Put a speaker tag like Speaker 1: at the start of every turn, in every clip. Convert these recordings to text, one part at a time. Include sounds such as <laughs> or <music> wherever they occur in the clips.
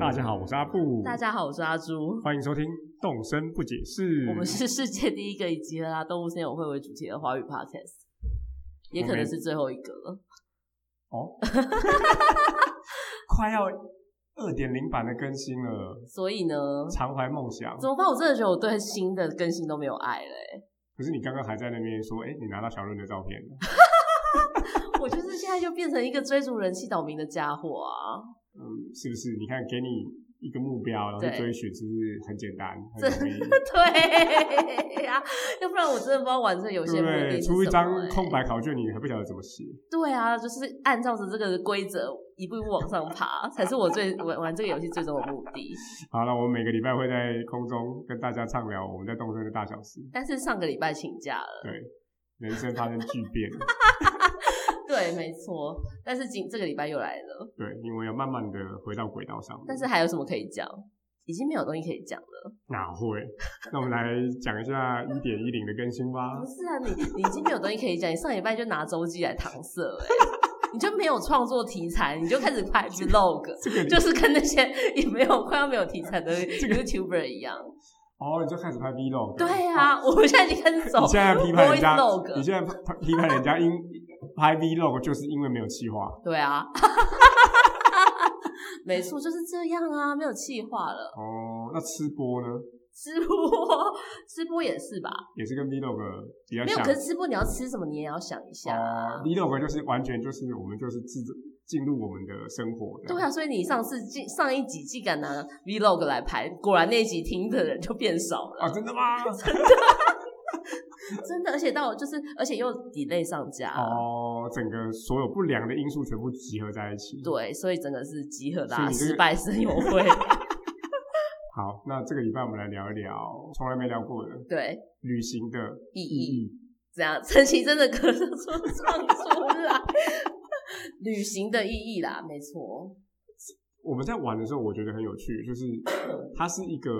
Speaker 1: 大家好，我是阿布。
Speaker 2: 大家好，我是阿朱，
Speaker 1: 欢迎收听《动声不解释》。
Speaker 2: 我们是世界第一个以吉拉拉动物森友会为主题的华语 podcast，也可能是最后一个了。
Speaker 1: 哦，快要二点零版的更新了，
Speaker 2: 所以呢，
Speaker 1: 常怀梦想。
Speaker 2: 怎么办？我真的觉得我对新的更新都没有爱了、欸。
Speaker 1: 可是你刚刚还在那边说，哎、你拿到小润的照片了。
Speaker 2: 我就是现在就变成一个追逐人气岛民的家伙啊！
Speaker 1: 嗯，是不是？你看，给你一个目标，然后去
Speaker 2: 对
Speaker 1: 追寻，是不是很简单，很容
Speaker 2: <laughs>
Speaker 1: 易？
Speaker 2: 对呀、要不然我真的不知道玩这游戏
Speaker 1: 对
Speaker 2: 的
Speaker 1: 不
Speaker 2: 目的
Speaker 1: 对？
Speaker 2: 是
Speaker 1: 出一
Speaker 2: 什
Speaker 1: 张
Speaker 2: 么欸
Speaker 1: 空白考卷，你还不晓得怎么写。
Speaker 2: 对啊，就是按照着这个规则一步一步往上爬，才是我最玩玩这个游戏最终的目的。
Speaker 1: 好了，我们每个礼拜会在空中跟大家畅聊我们在动身的大小事。
Speaker 2: 但是上个礼拜请假了，
Speaker 1: 对，人生发生巨变， <laughs>
Speaker 2: 对，没错。但是今这个礼拜又来了，
Speaker 1: 对，因为要慢慢的回到轨道上面。
Speaker 2: 但是还有什么可以讲？已经没有东西可以讲了。
Speaker 1: 哪会？那我们来讲一下一点一零的更新吧
Speaker 2: 不。是啊，你你已经没有东西可以讲，你上礼拜就拿周记来搪塞、欸，你就没有创作题材，你就开始拍 vlog，
Speaker 1: 这个你
Speaker 2: 就是跟那些也没有快要没有题
Speaker 1: <laughs>
Speaker 2: 材的
Speaker 1: 个
Speaker 2: YouTuber 一
Speaker 1: <laughs>
Speaker 2: 样。
Speaker 1: 哦，你就开始拍 vlog。
Speaker 2: 对啊，我们现在已经开始走
Speaker 1: 你现在批判人家
Speaker 2: vlog，，
Speaker 1: 你现在批批判人家因拍 vlog 就是因为没有计划
Speaker 2: 对啊， <laughs> 没错，就是这样啊，没有气化了。
Speaker 1: 哦。那吃播呢，
Speaker 2: 直播，直播也是吧？
Speaker 1: 也是跟 vlog 比较
Speaker 2: 没有，
Speaker 1: 像
Speaker 2: 可是直播你要吃什么，你也要想一下啊。
Speaker 1: 哦。vlog 就是完全就是我们就是自进入我们的生活这样。
Speaker 2: 对啊，所以你上次既上一集既敢拿 vlog 来拍，果然那一集听的人就变少了，
Speaker 1: 啊，真的吗？
Speaker 2: 真的，而且到就是而且又 delay 上架，
Speaker 1: 哦，整个所有不良的因素全部集合在一起。
Speaker 2: 对，所以真的是集合大
Speaker 1: 所以
Speaker 2: 家
Speaker 1: 你这个
Speaker 2: 失败生友
Speaker 1: <laughs>
Speaker 2: 会，
Speaker 1: 好，那这个礼拜我们来聊一聊从来没聊过的
Speaker 2: 对，
Speaker 1: 旅行的
Speaker 2: 意
Speaker 1: 意
Speaker 2: 义
Speaker 1: 义。
Speaker 2: 这样，陈绮贞的歌都说唱出来， <laughs> 旅行的意义啦，没错，
Speaker 1: 我们在玩的时候，我觉得很有趣，
Speaker 2: <coughs>
Speaker 1: 就是它是一个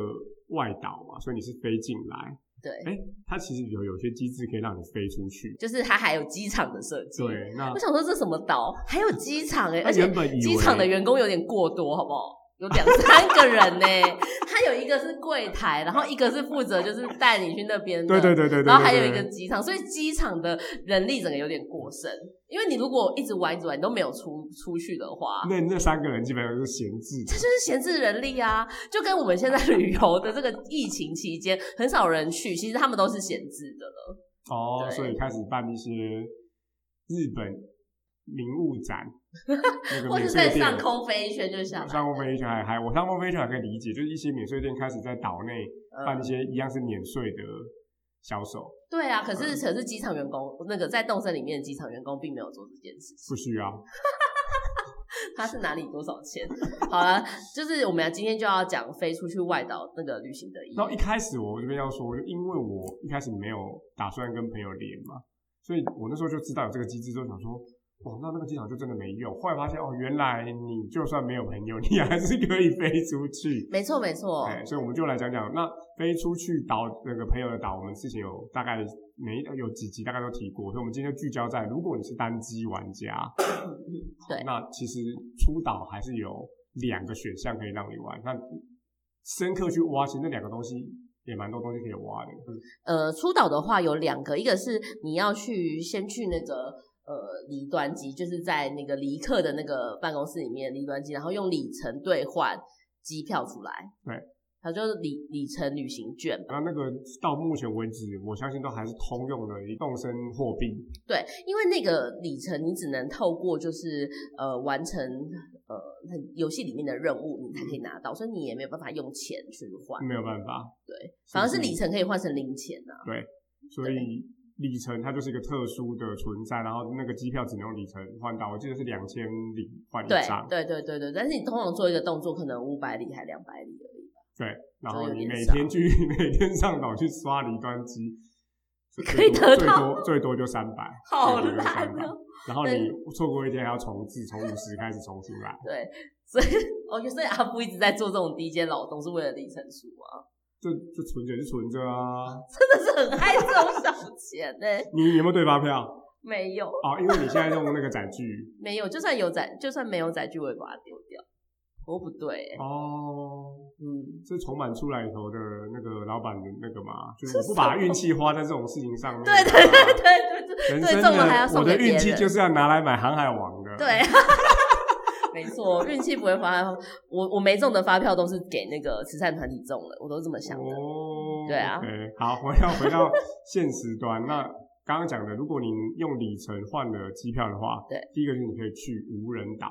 Speaker 1: 外岛嘛，所以你是飞进来，
Speaker 2: 对，
Speaker 1: 哎、它其实有有些机制可以让你飞出去。
Speaker 2: 就是它还有机场的设计。
Speaker 1: 对，
Speaker 2: <laughs>
Speaker 1: 那
Speaker 2: 我想说这什么岛，还有机场哎、
Speaker 1: 啊他
Speaker 2: 而且
Speaker 1: 原本以为
Speaker 2: 机场的员工有点过多，好不好？有两三个人呢、欸 <laughs> 他有一个是柜台，然后一个是负责就是带你去那边的，
Speaker 1: 对对对对对，
Speaker 2: 然后还有
Speaker 1: 对
Speaker 2: 一个
Speaker 1: 对
Speaker 2: 机场，所以机场的人力整个有点过剩，因为你如果一直玩一直玩，你都没有出出去的话，
Speaker 1: 那那三个人基本上都是闲置
Speaker 2: <laughs> 这就是闲置人力啊！就跟我们现在旅游的这个疫情期间，很少人去，其实他们都是闲置的了。
Speaker 1: 的哦，
Speaker 2: 对
Speaker 1: 所以开始办一些日本名物展，那个
Speaker 2: <laughs> 或
Speaker 1: 免
Speaker 2: 是
Speaker 1: 税
Speaker 2: 在
Speaker 1: 店。
Speaker 2: 上空飞一圈就下来，
Speaker 1: 上空飞一圈还还，我上空飞一圈还可以理解，就是一些免税店开始在岛内办一
Speaker 2: 嗯
Speaker 1: 些一样是免税的销售，
Speaker 2: 对啊，可
Speaker 1: 嗯
Speaker 2: 是可是机场员工那个在动森里面的机场员工并没有做这件事情，
Speaker 1: 不需要。
Speaker 2: 他是哪里多少钱？好了，就是我们要今天就要讲飞出去外岛那个旅行的意义
Speaker 1: 然。后一开始我这边要说，就因为我一开始没有打算跟朋友连嘛，所以我那时候就知道有这个机制，就想说，哇，那那个机场就真的没用。后来发现哦，原来你就算没有朋友，你还是可以飞出去。
Speaker 2: 没错没错，
Speaker 1: 哎，所以我们就来讲讲那飞出去岛那个朋友的岛，我们之前有大概每一有几集大概都提过，所以我们今天就聚焦在如果你是单机玩家，
Speaker 2: 对
Speaker 1: 那其实出岛还是有两个选项可以让你玩。那深刻去挖，其实那两个东西也蛮多东西可以挖的。嗯
Speaker 2: 呃，出岛的话有两个，一个是你要去先去那个呃离端机，就是在那个离克的那个办公室里面离端机，然后用里程兑换机票出来。
Speaker 1: 对，
Speaker 2: 它就是里里程旅行券吧。
Speaker 1: 那那个到目前为止，我相信都还是通用的一动身货币。
Speaker 2: 对，因为那个里程你只能透过就是呃完成呃那游戏里面的任务，你才可以拿到，所以你也没有办法用钱去换。
Speaker 1: 没有办法，
Speaker 2: 对，反而是
Speaker 1: 是
Speaker 2: 里程可以换成零钱啊。
Speaker 1: 所以里程它就是一个特殊的存在，然后那个机票只能用里程换到，我记得是两千里换一
Speaker 2: 对
Speaker 1: 张，
Speaker 2: 对对对对，但是你通常做一个动作，可能五百里还两百里而已。
Speaker 1: 对，然后
Speaker 2: 就有
Speaker 1: 你
Speaker 2: 点
Speaker 1: 每
Speaker 2: 少
Speaker 1: 天去 <laughs> 每天上岛去刷离端机，最
Speaker 2: 可以
Speaker 1: 多
Speaker 2: 得
Speaker 1: 最
Speaker 2: 到
Speaker 1: 多最多就三百，
Speaker 2: 好
Speaker 1: 对对对
Speaker 2: 烂
Speaker 1: 对
Speaker 2: 哦、
Speaker 1: 然后你错过一天还要重置，从五十开始重新来。
Speaker 2: 对，所以哦，所以阿布一直在做这种低阶劳动，是为了里程数啊，
Speaker 1: 就就存着就存着啊，
Speaker 2: 真的是很爱这种小钱呢、
Speaker 1: 你有没有对发票哦
Speaker 2: 没有，
Speaker 1: 啊？因为你现在用那个载具
Speaker 2: 没有，就算有载，就算没有载具，我也把它丢掉。我说不对、欸，
Speaker 1: 哦，
Speaker 2: 嗯，
Speaker 1: 是重版出来里头的那个老板的那个
Speaker 2: <laughs>
Speaker 1: 嘛，就是
Speaker 2: 是
Speaker 1: 我不把
Speaker 2: 什么
Speaker 1: 运气花在这种事情上面。
Speaker 2: 对
Speaker 1: <laughs>
Speaker 2: 对对对对对，
Speaker 1: 人
Speaker 2: 对
Speaker 1: 生
Speaker 2: 中了还要
Speaker 1: 的
Speaker 2: 送
Speaker 1: 我的
Speaker 2: 给别
Speaker 1: 运气
Speaker 2: 人
Speaker 1: 就是要拿来买航海王 <laughs> 的。哦
Speaker 2: 对， <laughs> 没错，运气不会发，我我没中的发票都是给那个慈善团体中了，我都这么想的。
Speaker 1: 哦，
Speaker 2: 对啊
Speaker 1: OK，好，我要回到现实端。那刚刚讲的，如果你用里程换了机票的话，
Speaker 2: 对，
Speaker 1: 第一个就是你可以去无人岛，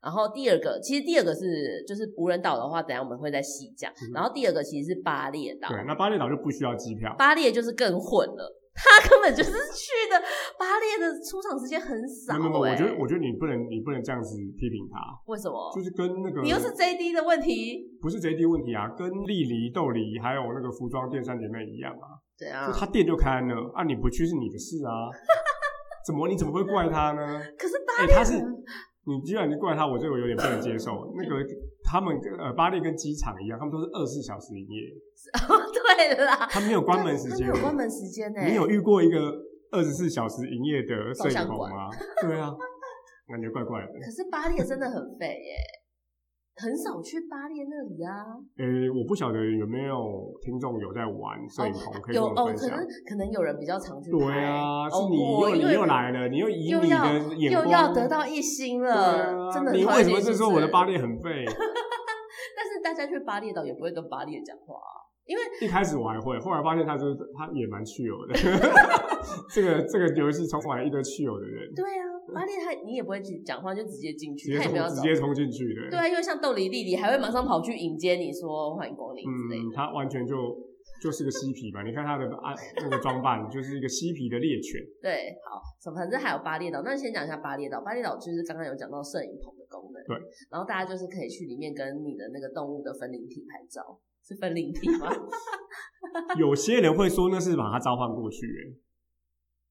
Speaker 2: 然后第二个，其实第二个是就是无人岛的话，等一下我们会再细讲。
Speaker 1: 嗯哼
Speaker 2: 然后第二个其实是巴列岛，
Speaker 1: 对，那巴厘岛就不需要机票。
Speaker 2: 巴列就是更混了， <laughs> 他根本就是去的巴列的出场时间很少、
Speaker 1: 没
Speaker 2: 欸。
Speaker 1: 有没有，我觉得我觉得你不能你不能这样子批评他，
Speaker 2: 为什么？
Speaker 1: 就是跟那个
Speaker 2: 你又是 JD 的问题，
Speaker 1: 不是贼低问题啊，跟丽梨、豆梨还有那个服装店三姐妹一样啊，
Speaker 2: 对啊
Speaker 1: 就。他店就开了啊，你不去是你的事
Speaker 2: <laughs>
Speaker 1: 啊，怎么你怎么会怪他呢？
Speaker 2: 可是
Speaker 1: 哎、
Speaker 2: 巴
Speaker 1: 他是你居然怪他，我这个有点不能接受。那个他们跟呃巴黎跟机场一样，他们都是二十四小时营业，
Speaker 2: <laughs> 对啦，
Speaker 1: 他没有关门时
Speaker 2: 他
Speaker 1: 间
Speaker 2: 没。有关门时间呢、
Speaker 1: 你有遇过一个二十四小时营业的摄
Speaker 2: 照相
Speaker 1: 影棚吗？对啊，感觉怪怪的。
Speaker 2: 可是巴列真的很废耶、很少去巴列那里啊。
Speaker 1: 呃、我不晓得有没有听众有在玩摄影棚，可以跟
Speaker 2: 哦有
Speaker 1: 我
Speaker 2: 哦
Speaker 1: 分，
Speaker 2: 可
Speaker 1: 享
Speaker 2: 能。可能有人比较常去拍。
Speaker 1: 对啊，是
Speaker 2: 哦
Speaker 1: 你
Speaker 2: 我
Speaker 1: 又
Speaker 2: 因
Speaker 1: 你
Speaker 2: 为
Speaker 1: 又来了，你又以
Speaker 2: 又
Speaker 1: 你
Speaker 2: 要
Speaker 1: 的眼光
Speaker 2: 又要得到一星
Speaker 1: 对
Speaker 2: 了，
Speaker 1: 啊
Speaker 2: 真的。
Speaker 1: 你为什么是
Speaker 2: 是
Speaker 1: 说我的巴？黎很废？
Speaker 2: 但是大家去巴列岛也不会跟巴列讲话啊，因为
Speaker 1: 一开始我还会，后来发现他就是他也蛮去友的。 <laughs> 这个这个游戏充满了一堆去友的人，
Speaker 2: 对啊，巴列他你也不会去讲话，就直接进
Speaker 1: 嗯直
Speaker 2: 去，
Speaker 1: 接
Speaker 2: 他也
Speaker 1: 冲
Speaker 2: 没有
Speaker 1: 直
Speaker 2: 走。
Speaker 1: 接冲进去的。
Speaker 2: 对啊，因为像豆梨弟弟还会马上跑去迎接你说欢迎光临之类的。
Speaker 1: 嗯，他完全就就是个嬉皮嘛。你看他的啊那个装扮，就是一个嬉皮的猎犬。
Speaker 2: 对，好，什么反正还有巴厘岛，那先讲一下巴厘岛。巴厘岛就是刚刚有讲到摄影棚的功能，
Speaker 1: 对，
Speaker 2: 然后大家就是可以去里面跟你的那个动物的分灵体拍照，是分灵体
Speaker 1: <laughs>
Speaker 2: 吗？
Speaker 1: 有些人会说那是把他召唤过去、欸，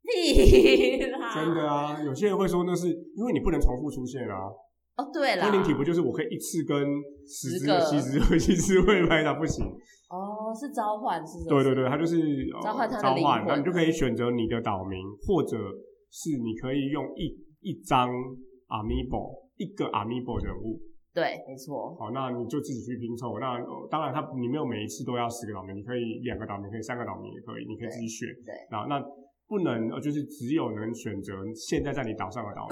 Speaker 2: 屁啦！
Speaker 1: 真的啊。有些人会说那是因为你不能重复出现啊。
Speaker 2: 哦，对啦，
Speaker 1: 分灵体不就是我可以一次跟十
Speaker 2: 十
Speaker 1: 只
Speaker 2: 个
Speaker 1: 七十只七只会拍它不行？
Speaker 2: 哦，是召唤是什么？
Speaker 1: 对对对，它就是呃
Speaker 2: 召唤它的
Speaker 1: 召
Speaker 2: 灵
Speaker 1: 唤，
Speaker 2: 魂啊
Speaker 1: 那你就可以选择你的岛民，或者是你可以用一一张 amiibo 一个 amiibo 人物，
Speaker 2: 对，没错，
Speaker 1: 好，那你就自己去拼凑。那、呃当然它你没有每一次都要十个岛民，你可以两个岛民，可以三个岛民也可以，你可以自己选。
Speaker 2: 对
Speaker 1: 然后那不能呃就是只有能选择现在在你岛上的岛民，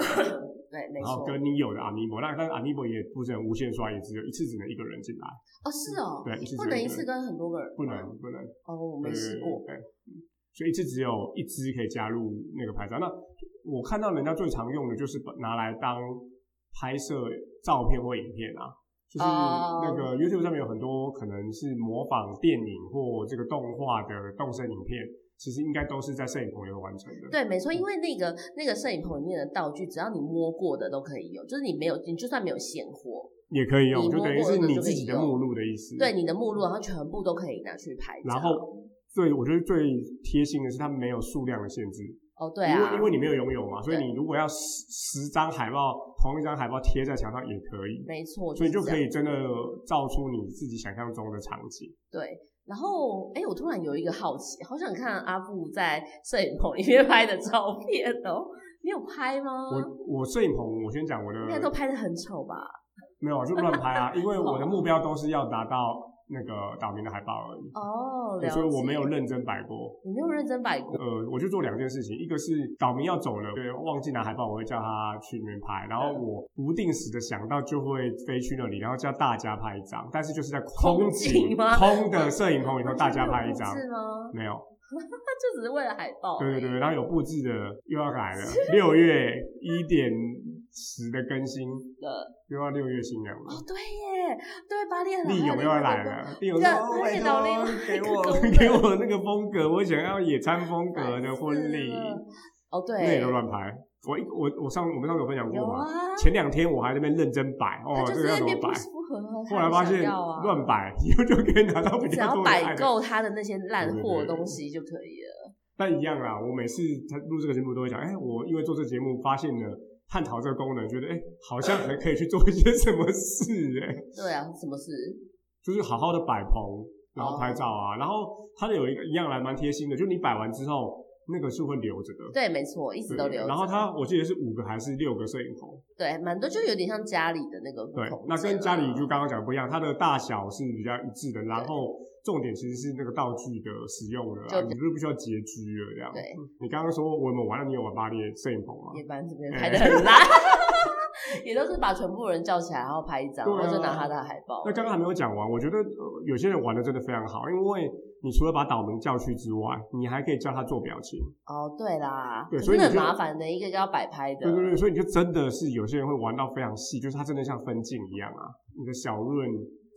Speaker 2: 对，没
Speaker 1: 然
Speaker 2: 错
Speaker 1: 后。跟你有的 amiibo，那但是 amiibo 也不能无限刷，也只有一次只能一个人进来。
Speaker 2: 哦，是哦，
Speaker 1: 对，一次只
Speaker 2: 不
Speaker 1: 有
Speaker 2: 能
Speaker 1: 一个
Speaker 2: 一
Speaker 1: 人
Speaker 2: 次跟很多个人，
Speaker 1: 不能不能，
Speaker 2: 哦，我没试过，
Speaker 1: 对，对对嗯所以一次只有一只可以加入那个拍照。那我看到人家最常用的就是把拿来当拍摄照片或影片啊，就是
Speaker 2: 哦
Speaker 1: 那个 YouTube 上面有很多可能是模仿电影或这个动画的动身影片，其实应该都是在摄影棚里面完成的。
Speaker 2: 对，没错，因为那个那个摄影棚里面的道具，只要你摸过的都可以有，就是你没有，你就算没有现货，
Speaker 1: 也可以用，
Speaker 2: 你
Speaker 1: 就
Speaker 2: 摸
Speaker 1: 等于
Speaker 2: 过
Speaker 1: 是
Speaker 2: 的
Speaker 1: 你
Speaker 2: 就可
Speaker 1: 自
Speaker 2: 以
Speaker 1: 己的
Speaker 2: 用
Speaker 1: 目录的意思。
Speaker 2: 对你的目录，然后全部都可以拿去拍照。
Speaker 1: 嗯然后最我觉得最贴心的是它没有数量的限制，
Speaker 2: 哦，对啊，
Speaker 1: 因为因为你没有拥有嘛，所以
Speaker 2: 对
Speaker 1: 你如果要十十张海报，同一张海报贴在墙上也可以，
Speaker 2: 没错，
Speaker 1: 所以
Speaker 2: 是啊
Speaker 1: 就
Speaker 2: 这
Speaker 1: 可
Speaker 2: 样
Speaker 1: 以真的照出你自己想象中的场景。
Speaker 2: 对。然后，哎，我突然有一个好奇，好想看阿布在摄影棚里面 <laughs> 拍的照片哦。你有拍吗？
Speaker 1: 我我摄影棚，我先讲我的
Speaker 2: 应，该嗯都拍的很丑吧？
Speaker 1: 没有啊，就乱拍啊，因为我的目标都是要达到那个岛民的海报而已，
Speaker 2: <laughs> 哦，了
Speaker 1: 对
Speaker 2: 解。
Speaker 1: 所以我没有，认真摆过。
Speaker 2: 你没有认真摆过。
Speaker 1: 呃，我就做两件事情，一个是岛民要走了，对，忘记拿海报，我会叫他去那边拍，然后
Speaker 2: 嗯
Speaker 1: 我不定时的想到就会飞去那里，然后叫大家拍一张，但是就是在空
Speaker 2: 空景吗
Speaker 1: 空的摄影棚里头，大家拍一张，
Speaker 2: 是吗？ <laughs>
Speaker 1: 没有，
Speaker 2: 他就只是为了海报。
Speaker 1: 对对对，。然后有布置的又要
Speaker 2: <laughs>
Speaker 1: 来了，六月一点十的更新
Speaker 2: 的
Speaker 1: 又要六月新娘了。
Speaker 2: 哦，对耶，对，巴列岛
Speaker 1: 丽友又要来。了，丽友说
Speaker 2: 对：“
Speaker 1: 哦拜
Speaker 2: 丽友另外
Speaker 1: 托，
Speaker 2: <laughs> 一
Speaker 1: 给
Speaker 2: 个
Speaker 1: 我
Speaker 2: 功
Speaker 1: 给
Speaker 2: 能
Speaker 1: 我那个风格，我想要野餐风格的婚
Speaker 2: <laughs>
Speaker 1: 礼。”
Speaker 2: 哦，对，
Speaker 1: 那也都乱拍。我一我我上我们上次有分享
Speaker 2: 有
Speaker 1: 过嘛？
Speaker 2: 啊，
Speaker 1: 前两天我还在那边认真摆哦
Speaker 2: 他，
Speaker 1: 这
Speaker 2: 就是
Speaker 1: 个要
Speaker 2: 那
Speaker 1: 怎么
Speaker 2: 边不
Speaker 1: 摆？
Speaker 2: 符合他的
Speaker 1: 后来发现
Speaker 2: 想要啊
Speaker 1: 乱摆， <laughs> 以后就可以拿到比
Speaker 2: 只
Speaker 1: 较
Speaker 2: 要
Speaker 1: 多的爱
Speaker 2: 摆
Speaker 1: 的。
Speaker 2: 够他的那些烂货东西就可以了。
Speaker 1: 但一样啦，我每次他录这个节目都会讲，哎，我因为做这节目发现了探讨这个功能，觉得哎，好像还可以去做一些 <laughs> 什么事哎，
Speaker 2: 对啊，什么事？
Speaker 1: 就是好
Speaker 2: 哦
Speaker 1: 好的摆棚，然后拍照啊。然后它的有一个一样来蛮贴心的，就你摆完之后，那个是会留着的。
Speaker 2: 对，没错，一直都留着。
Speaker 1: 然后它，我记得是五个还是六个摄影棚。
Speaker 2: 对，蛮多就有点像家里的那个
Speaker 1: 对
Speaker 2: 空，
Speaker 1: 那
Speaker 2: 间啊
Speaker 1: 跟家里
Speaker 2: 啦
Speaker 1: 就刚刚讲不一样，它的大小是比较一致的，然后重点其实是那个道具的使用了啊，
Speaker 2: 就
Speaker 1: 你就是不需要拮据了这样。嗯
Speaker 2: 对，
Speaker 1: 你刚刚说我们玩了，你有玩巴黎的摄影棚吗？
Speaker 2: 夜班这边
Speaker 1: 哎
Speaker 2: 拍的很烂， <laughs> 也都是把全部人叫起来，然后拍一张，
Speaker 1: 对啊
Speaker 2: 然后就拿他的海报
Speaker 1: 那。刚刚还没有讲完，我觉得呃有些人玩的真的非常好，因为你除了把岛民叫去之外，你还可以叫他做表情。
Speaker 2: 哦，对啦，
Speaker 1: 对
Speaker 2: 可
Speaker 1: 所以
Speaker 2: 是
Speaker 1: 你
Speaker 2: 很
Speaker 1: 就
Speaker 2: 麻烦的，一个一个要摆拍的。
Speaker 1: 对对对，所以你就真的是有些人会玩到非常细，就是他真的像分镜一样啊，你的小润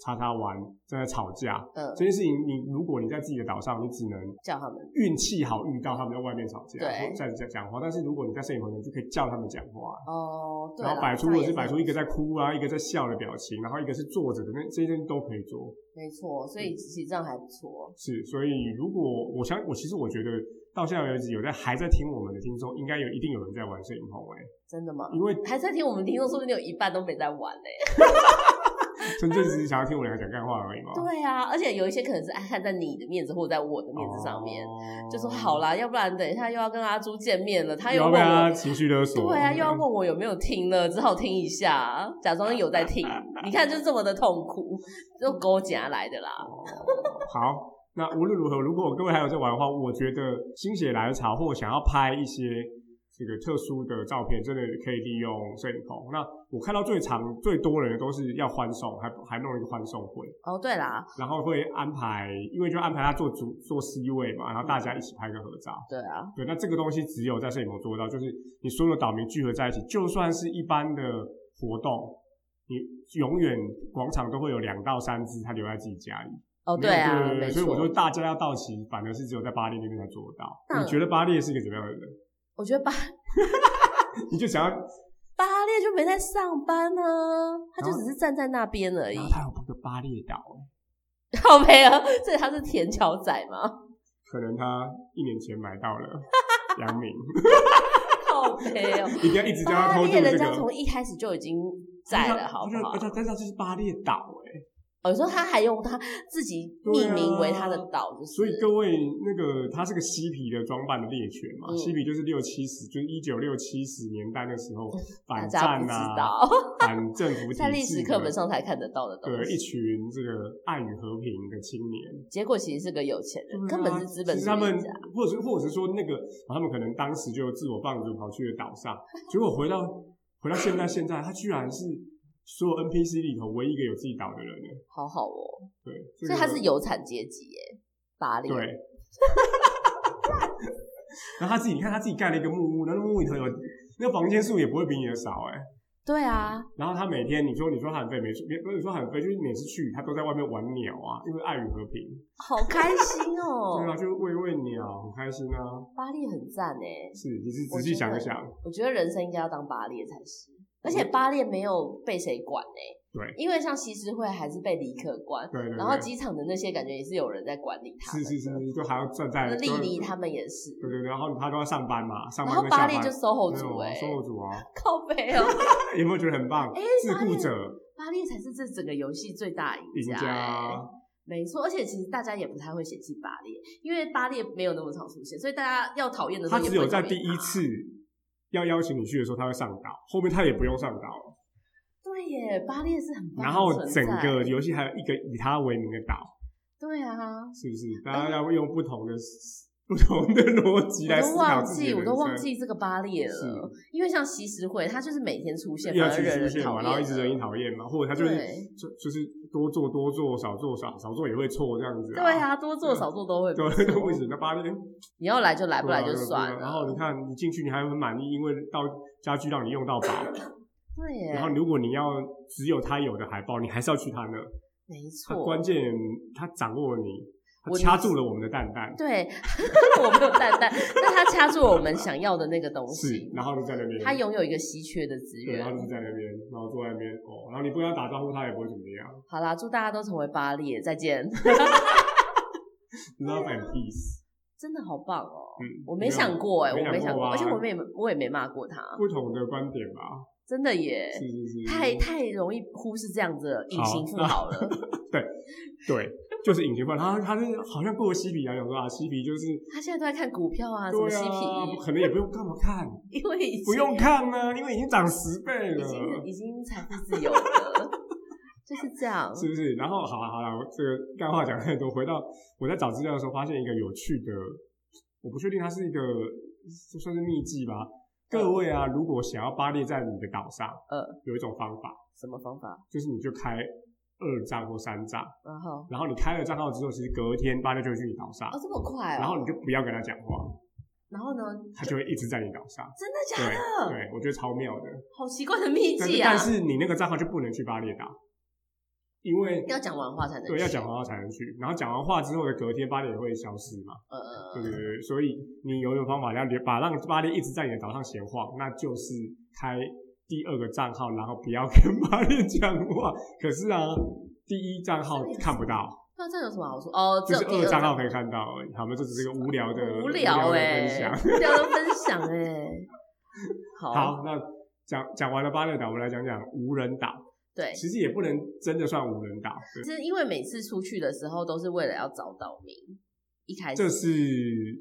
Speaker 1: 叉叉玩正在吵架
Speaker 2: 嗯，
Speaker 1: 这件事情，你如果你在自己的岛上，你只能
Speaker 2: 叫他们。
Speaker 1: 运气好遇到他们在外面吵架，
Speaker 2: 对
Speaker 1: 或在讲讲话。但是如果你在摄影棚，你就可以叫他们讲话，
Speaker 2: 哦，对啦。
Speaker 1: 然后摆出
Speaker 2: 这样
Speaker 1: 或者
Speaker 2: 也
Speaker 1: 是摆出一个在哭啊，一个在笑的表情，然后一个是坐着的，那这些东西都可以做。
Speaker 2: 没错，所
Speaker 1: 嗯
Speaker 2: 以其实这样还不错。
Speaker 1: 是，所以如果我想，我其实我觉得到现在为止，有在还在听我们的听众，应该有一定有人在玩摄影棚哎、
Speaker 2: 真的吗？
Speaker 1: 因为
Speaker 2: 还在听我们听众，说不定有一半都没在玩呢、
Speaker 1: 纯粹只是想要听我两个讲干话而已嘛。
Speaker 2: 对啊，而且有一些可能是哎看在你的面子或者在我的面子上面，
Speaker 1: 哦
Speaker 2: 就说好，啦，要不然等一下又要跟阿朱见面了，他又
Speaker 1: 又要
Speaker 2: 问
Speaker 1: 被
Speaker 2: 我
Speaker 1: 他情绪勒索，嗯
Speaker 2: 对啊，又要问我有没有听了，只好听一下，假装有在
Speaker 1: <laughs>
Speaker 2: 听。你看，就是这么的痛苦，就勾夹来的啦。
Speaker 1: 哦好，那无论如何，如果各位还有在玩的话，我觉得心血来潮或想要拍一些这个特殊的照片，真的可以利用摄影棚。那我看到最常最多人的都是要欢送，还还弄了一个欢送会，
Speaker 2: 哦，对啦，
Speaker 1: <laughs> 然后会安排，因为就安排他做主做 C 位嘛，然后大家一起拍个合照。
Speaker 2: 对啊，
Speaker 1: 对，那这个东西只有在摄影棚做得到，就是你所有的岛民聚合在一起，就算是一般的活动，你永远广场都会有两到三只，它留在自己家里。
Speaker 2: 哦，
Speaker 1: 没有
Speaker 2: 对啊，
Speaker 1: 对对
Speaker 2: 没
Speaker 1: 对，所以我
Speaker 2: 错嗯
Speaker 1: 说。大家要到齐，反而是只有在巴黎那边才做得到。
Speaker 2: 那
Speaker 1: 你觉得巴黎是一个怎么样的人？
Speaker 2: 我觉得巴
Speaker 1: 你就想要，
Speaker 2: 巴列就没在上班呢、他就
Speaker 1: 然后
Speaker 2: 只是站在那边而已
Speaker 1: 然后。他有一个巴黎岛，
Speaker 2: <laughs> 好没有，所以他是田桥仔吗？
Speaker 1: 可能他一年前买到了杨明，
Speaker 2: <laughs> 好没
Speaker 1: <laughs>
Speaker 2: 有，
Speaker 1: 一定要一直叫他
Speaker 2: 巴
Speaker 1: 偷渡
Speaker 2: 列
Speaker 1: 这
Speaker 2: 人
Speaker 1: 个
Speaker 2: 家。从一开始就已经在了，好不好
Speaker 1: 而？且但是他就是巴黎岛哎，
Speaker 2: 哦，你说他还用他自己命名为他的岛，就是
Speaker 1: 啊所以各位那个它是个嬉皮的装扮的猎犬嘛，
Speaker 2: 嗯
Speaker 1: 嬉皮就是六七十，就是一九六七十年代那时候
Speaker 2: <laughs> 大
Speaker 1: 反
Speaker 2: 家不
Speaker 1: 战
Speaker 2: 知
Speaker 1: 啊，
Speaker 2: 道，
Speaker 1: 反政府体制
Speaker 2: <laughs> 在历史课
Speaker 1: 的
Speaker 2: 本上才看得到的东
Speaker 1: 对
Speaker 2: 西
Speaker 1: 一。群这个爱与和平的青年，
Speaker 2: 结果其实是个有钱人，
Speaker 1: 对啊
Speaker 2: 根本是资本
Speaker 1: 其
Speaker 2: 主
Speaker 1: 实他们
Speaker 2: 义者啊。，
Speaker 1: 或者是或者是说那个，他们可能当时就自我放逐，跑去了岛上，结果回到回到现在，现在他居然是所有 NPC 里头唯一一个有自己岛的人了。
Speaker 2: 好好哦，
Speaker 1: 对，这
Speaker 2: 所以
Speaker 1: 个
Speaker 2: 他是有产阶级耶，巴黎。 <laughs>
Speaker 1: 对。然后他自己，你看他自己盖了一个木屋，那个木屋里头有那个房间数也不会比你的少哎、
Speaker 2: 对啊，
Speaker 1: 然后他每天，你说你说他很废，没错，不是你说他很废，就是每次去他都在外面玩鸟啊，因为爱与和平，
Speaker 2: 好开心哦
Speaker 1: <laughs> 对，啊，就喂喂鸟，很开心啊。
Speaker 2: 巴黎很赞哎，
Speaker 1: 是，你是
Speaker 2: 我
Speaker 1: 仔细
Speaker 2: 觉
Speaker 1: 想
Speaker 2: 得
Speaker 1: 一想，
Speaker 2: 我觉得人生应该要当巴黎才是。而且巴列没有被谁管哎，
Speaker 1: 嗯对
Speaker 2: 因为像西施会还是被李可管，
Speaker 1: 对对对。
Speaker 2: 然后机场的那些感觉也是有人在管理他
Speaker 1: 是
Speaker 2: 们，
Speaker 1: 是是，就还要站在
Speaker 2: 那丽丽他们也是，
Speaker 1: 对对对，然后他都要上班嘛，上
Speaker 2: 然
Speaker 1: 班
Speaker 2: 后
Speaker 1: 跟
Speaker 2: 巴
Speaker 1: 下
Speaker 2: 列就
Speaker 1: 班。
Speaker 2: SOHO 组
Speaker 1: 哎
Speaker 2: 哎
Speaker 1: 呦，收入组啊，
Speaker 2: 靠背哦，
Speaker 1: 有没有觉得很棒？
Speaker 2: 哎
Speaker 1: 自
Speaker 2: 巴
Speaker 1: 顾
Speaker 2: 列
Speaker 1: 者
Speaker 2: 巴列才是这整个游戏最大赢
Speaker 1: 赢
Speaker 2: 家哎
Speaker 1: 家。。
Speaker 2: 没错，而且其实大家也不太会嫌弃巴列，因为巴列没有那么常出现，所以大家要讨厌的时
Speaker 1: 他
Speaker 2: 候也
Speaker 1: 只
Speaker 2: 不
Speaker 1: 有
Speaker 2: 会讨
Speaker 1: 在
Speaker 2: 厌他
Speaker 1: 第一次要邀请你去的时候，他会上岛，后面他也不用上岛了。
Speaker 2: 对耶，巴列哦是很棒的
Speaker 1: 然后
Speaker 2: 存在
Speaker 1: 整个游戏还有一个以他为名的岛，
Speaker 2: 对啊，
Speaker 1: 是不是？大家要用不同的思、不同的逻辑来
Speaker 2: 我都
Speaker 1: 思考
Speaker 2: 忘
Speaker 1: 自己
Speaker 2: 记
Speaker 1: 的
Speaker 2: 我
Speaker 1: 人
Speaker 2: 都忘
Speaker 1: 生。
Speaker 2: 记这个巴列了，因为像西施会，他就是每天出现，
Speaker 1: 要
Speaker 2: 反而
Speaker 1: 去
Speaker 2: 惹
Speaker 1: 出
Speaker 2: 人
Speaker 1: 现
Speaker 2: 讨
Speaker 1: 嘛，
Speaker 2: 厌，
Speaker 1: 然后一直人影讨厌嘛，或者他就是
Speaker 2: 对
Speaker 1: 就就是多做多做，少做少少做也会错这样子、
Speaker 2: 对，啊，多做少做都会不
Speaker 1: <laughs> 对，
Speaker 2: 错
Speaker 1: 不行，那八
Speaker 2: <laughs>
Speaker 1: 天
Speaker 2: 你要来就来，不来就
Speaker 1: 对啊
Speaker 2: 算
Speaker 1: 对啊
Speaker 2: 了。
Speaker 1: 然后你看，你进去你还很满意，因为到家具让你用到饱。
Speaker 2: 对耶，
Speaker 1: 然后如果你要只有他有的海报，你还是要去他那。
Speaker 2: 没
Speaker 1: 他
Speaker 2: 错，
Speaker 1: 关键他掌握了你，他
Speaker 2: 我
Speaker 1: 掐住了我们的蛋蛋，
Speaker 2: 对， <laughs> 我没有蛋蛋，但他掐住了我们想要的那个东
Speaker 1: 是
Speaker 2: 西，，
Speaker 1: 然后就在那边，
Speaker 2: 他拥有一个稀缺的资
Speaker 1: 对，然后
Speaker 2: 源。
Speaker 1: 就在那边，然后坐在那边哦，然后你不跟他打招呼，他也不会怎么样
Speaker 2: 好啦，祝大家都成为巴列，再见。 <laughs>
Speaker 1: ，love and peace。
Speaker 2: 真的好棒哦！
Speaker 1: 嗯
Speaker 2: 我没想过哎、
Speaker 1: 没
Speaker 2: 我
Speaker 1: 有
Speaker 2: 没想过，而
Speaker 1: 没
Speaker 2: 且
Speaker 1: 想过啊
Speaker 2: 我没我也没骂过他，
Speaker 1: 不同的观点吧，
Speaker 2: 真的耶，
Speaker 1: 是是是， <laughs>
Speaker 2: 太太容易忽视这样子的隐形富
Speaker 1: 好
Speaker 2: 豪了。
Speaker 1: 对，就是隐形饭，他他是好像过了西皮啊，想说啊，西皮就是
Speaker 2: 他现在都在看股票啊，什
Speaker 1: 对
Speaker 2: 么嬉
Speaker 1: 啊，
Speaker 2: 皮，
Speaker 1: 可能也不用干嘛看，
Speaker 2: 因为已经
Speaker 1: 不用看呢、因为已经涨十倍
Speaker 2: 已
Speaker 1: 了，
Speaker 2: 经已经财富自由了，就是这样。
Speaker 1: 是不是？然后好了好了，我这个干话讲太多，回到我在找资料的时候，发现一个有趣的，我不确定它是一个这算是秘技吧。各位啊，如果想要巴列在你的岛上，
Speaker 2: 呃，
Speaker 1: 有一种方法，
Speaker 2: 什么方法？
Speaker 1: 就是你就开二账或三账，
Speaker 2: 然后
Speaker 1: 然后你开了账号之后，其实隔天巴列就会去你岛上
Speaker 2: 哦，，这么快哦。
Speaker 1: 然后你就不要跟他讲话，
Speaker 2: 然后呢？
Speaker 1: 他就会一直在你岛上。
Speaker 2: 真的假
Speaker 1: 对
Speaker 2: 的？
Speaker 1: 对，我觉得超妙的。
Speaker 2: 好奇怪的秘
Speaker 1: 但是
Speaker 2: 籍嗯啊
Speaker 1: 但！是你那个账号就不能去巴列岛，因为
Speaker 2: 要讲完话才能
Speaker 1: 对要讲完
Speaker 2: 去
Speaker 1: 话才能去，然后讲完话之后的隔天巴列也会消失嘛。
Speaker 2: 呃
Speaker 1: 对对对，所以你有一种方法让把让巴列一直在你的岛上闲晃，那就是开第二个账号，然后不要跟巴列讲话。可是啊，第一账号看不到，
Speaker 2: 那这有什么好处？哦，啊只
Speaker 1: 就是
Speaker 2: 有第
Speaker 1: 二账
Speaker 2: 张
Speaker 1: 号可以看到而已。好吗？这只是一个无聊的
Speaker 2: 无
Speaker 1: 聊
Speaker 2: 聊
Speaker 1: 的
Speaker 2: 哎、
Speaker 1: 分享。
Speaker 2: 无聊的分享哎、好，
Speaker 1: 好，那讲讲完了巴列岛，我们来讲讲无人岛。
Speaker 2: 对，
Speaker 1: 其实也不能真的算无人岛，对
Speaker 2: 是因为每次出去的时候都是为了要找岛民，一开始
Speaker 1: 这是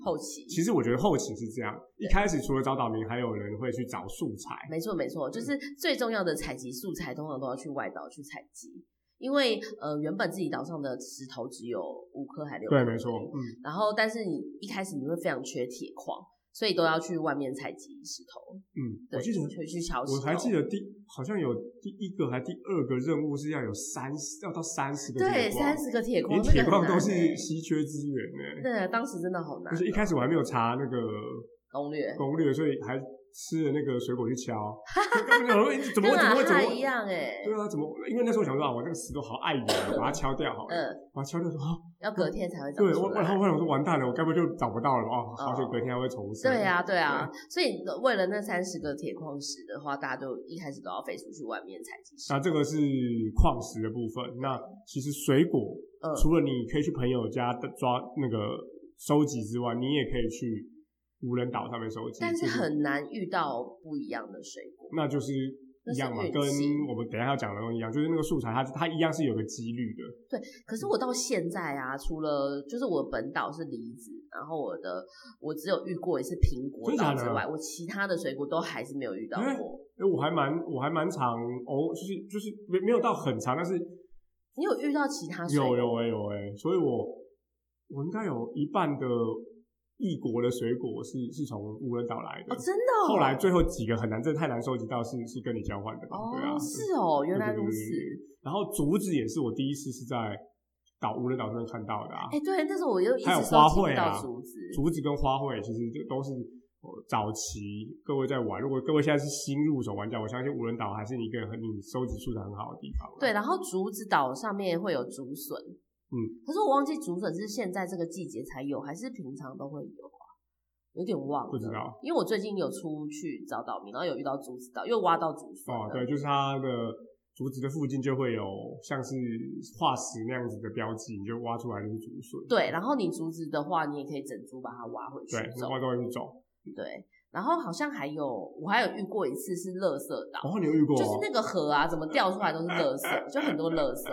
Speaker 2: 后期，
Speaker 1: 其实我觉得后期是这样，一开始除了找岛民，还有人会去找素材。
Speaker 2: 没错没错，就是最重要的采集素材，通常都要去外岛去采集，因为呃原本自己岛上的石头只有五颗还六颗，
Speaker 1: 对，没错，嗯，
Speaker 2: 然后，但是你一开始你会非常缺铁矿，所以都要去外面采集石头。
Speaker 1: 嗯，
Speaker 2: 对，
Speaker 1: 我记得
Speaker 2: 去哦去敲石头。
Speaker 1: 我还记得第好像有第一个还第二个任务是要有三十要到三十个
Speaker 2: 对，
Speaker 1: 铁矿
Speaker 2: 三，十个铁矿，
Speaker 1: 连
Speaker 2: 那个
Speaker 1: 铁
Speaker 2: 很
Speaker 1: 矿都
Speaker 2: 难
Speaker 1: 是
Speaker 2: 欸
Speaker 1: 稀缺资源呢、欸
Speaker 2: 对，当时真的好难
Speaker 1: 就是一开始我还没有查那个
Speaker 2: 攻略，
Speaker 1: 攻略，所以还吃了那个水果去
Speaker 2: <laughs>
Speaker 1: 敲，我说怎么会
Speaker 2: 跟
Speaker 1: 怎么
Speaker 2: 阿
Speaker 1: 会怎么
Speaker 2: 哈
Speaker 1: 会
Speaker 2: 一？样哎，
Speaker 1: 对啊，怎么？因为那时候想说啊，我这个石头好碍眼，我把它敲掉好了。
Speaker 2: 嗯，
Speaker 1: 把它敲掉说啊，
Speaker 2: 要隔天才会长
Speaker 1: 对
Speaker 2: 出
Speaker 1: 我，然后
Speaker 2: 来。
Speaker 1: 我想说完蛋了，我该不会就找不到了吧哦？好险隔天还会重生。
Speaker 2: 对，啊，对啊，所以为了那三十个铁矿石的话，大家都一开始都要飞出去外面采集石
Speaker 1: 那。这个是矿石的部分。那其实水果
Speaker 2: 嗯，
Speaker 1: 除了你可以去朋友家的抓那个收集之外，你也可以去无人岛上面收集。
Speaker 2: 但是
Speaker 1: 就是
Speaker 2: 很难遇到不一样的水果。
Speaker 1: 那就是一样嘛，
Speaker 2: 那是运
Speaker 1: 跟
Speaker 2: 气
Speaker 1: 我们等一下要讲的东西一样，就是那个素材它它一样是有个几率的。
Speaker 2: 可是我到现在啊，除了就是我本岛是梨子，然后我的我只有遇过一次苹果
Speaker 1: 真假
Speaker 2: 岛
Speaker 1: 的啊
Speaker 2: 之外，我其他的水果都还是没有遇到
Speaker 1: 哎
Speaker 2: 过。
Speaker 1: 哎，我还蛮我还蛮常哦，就是就是没没有到很长，但是
Speaker 2: 你有遇到其他水
Speaker 1: 有
Speaker 2: 果？
Speaker 1: 有哎、有哎、所以我我应该有一半的异国的水果是是从无人岛来的。
Speaker 2: 哦，真的、哦。
Speaker 1: 后来最后几个很难，真的太难收集到是是跟你交换的吧？对啊，
Speaker 2: 哦，是哦，原来
Speaker 1: 对对
Speaker 2: 如
Speaker 1: 对
Speaker 2: 此。
Speaker 1: 对对然后竹子也是我第一次是在岛无人岛上面看到的啊，
Speaker 2: 哎、对，那时候我又一
Speaker 1: 还有
Speaker 2: 直
Speaker 1: 花
Speaker 2: 收
Speaker 1: 卉
Speaker 2: 集不
Speaker 1: 啊
Speaker 2: 到竹子，
Speaker 1: 竹子跟花卉其实就都是呃早期各位在玩。如果各位现在是新入手玩家，我相信无人岛还是一个很你收集素材很好的地方啊。
Speaker 2: 对，然后竹子岛上面会有竹笋，
Speaker 1: 嗯，
Speaker 2: 可是我忘记竹笋是现在这个季节才有，还是平常都会有啊？有点忘了，
Speaker 1: 不知道。
Speaker 2: 因为我最近有出去找岛民，然后有遇到竹子岛，又挖到竹笋
Speaker 1: 哦，
Speaker 2: 了
Speaker 1: 对，就是它的竹子的附近就会有像是化石那样子的标记，你就挖出来就是竹笋。
Speaker 2: 对，然后你竹子的话，你也可以整株把它挖回去
Speaker 1: 对，那
Speaker 2: 种。
Speaker 1: 挖出来就走。
Speaker 2: 对，然后好像还有，我还有遇过一次是垃圾岛，
Speaker 1: 然后你有遇过
Speaker 2: 就
Speaker 1: 哦？
Speaker 2: 是那个河啊，怎么掉出来都是垃圾，就很多垃圾。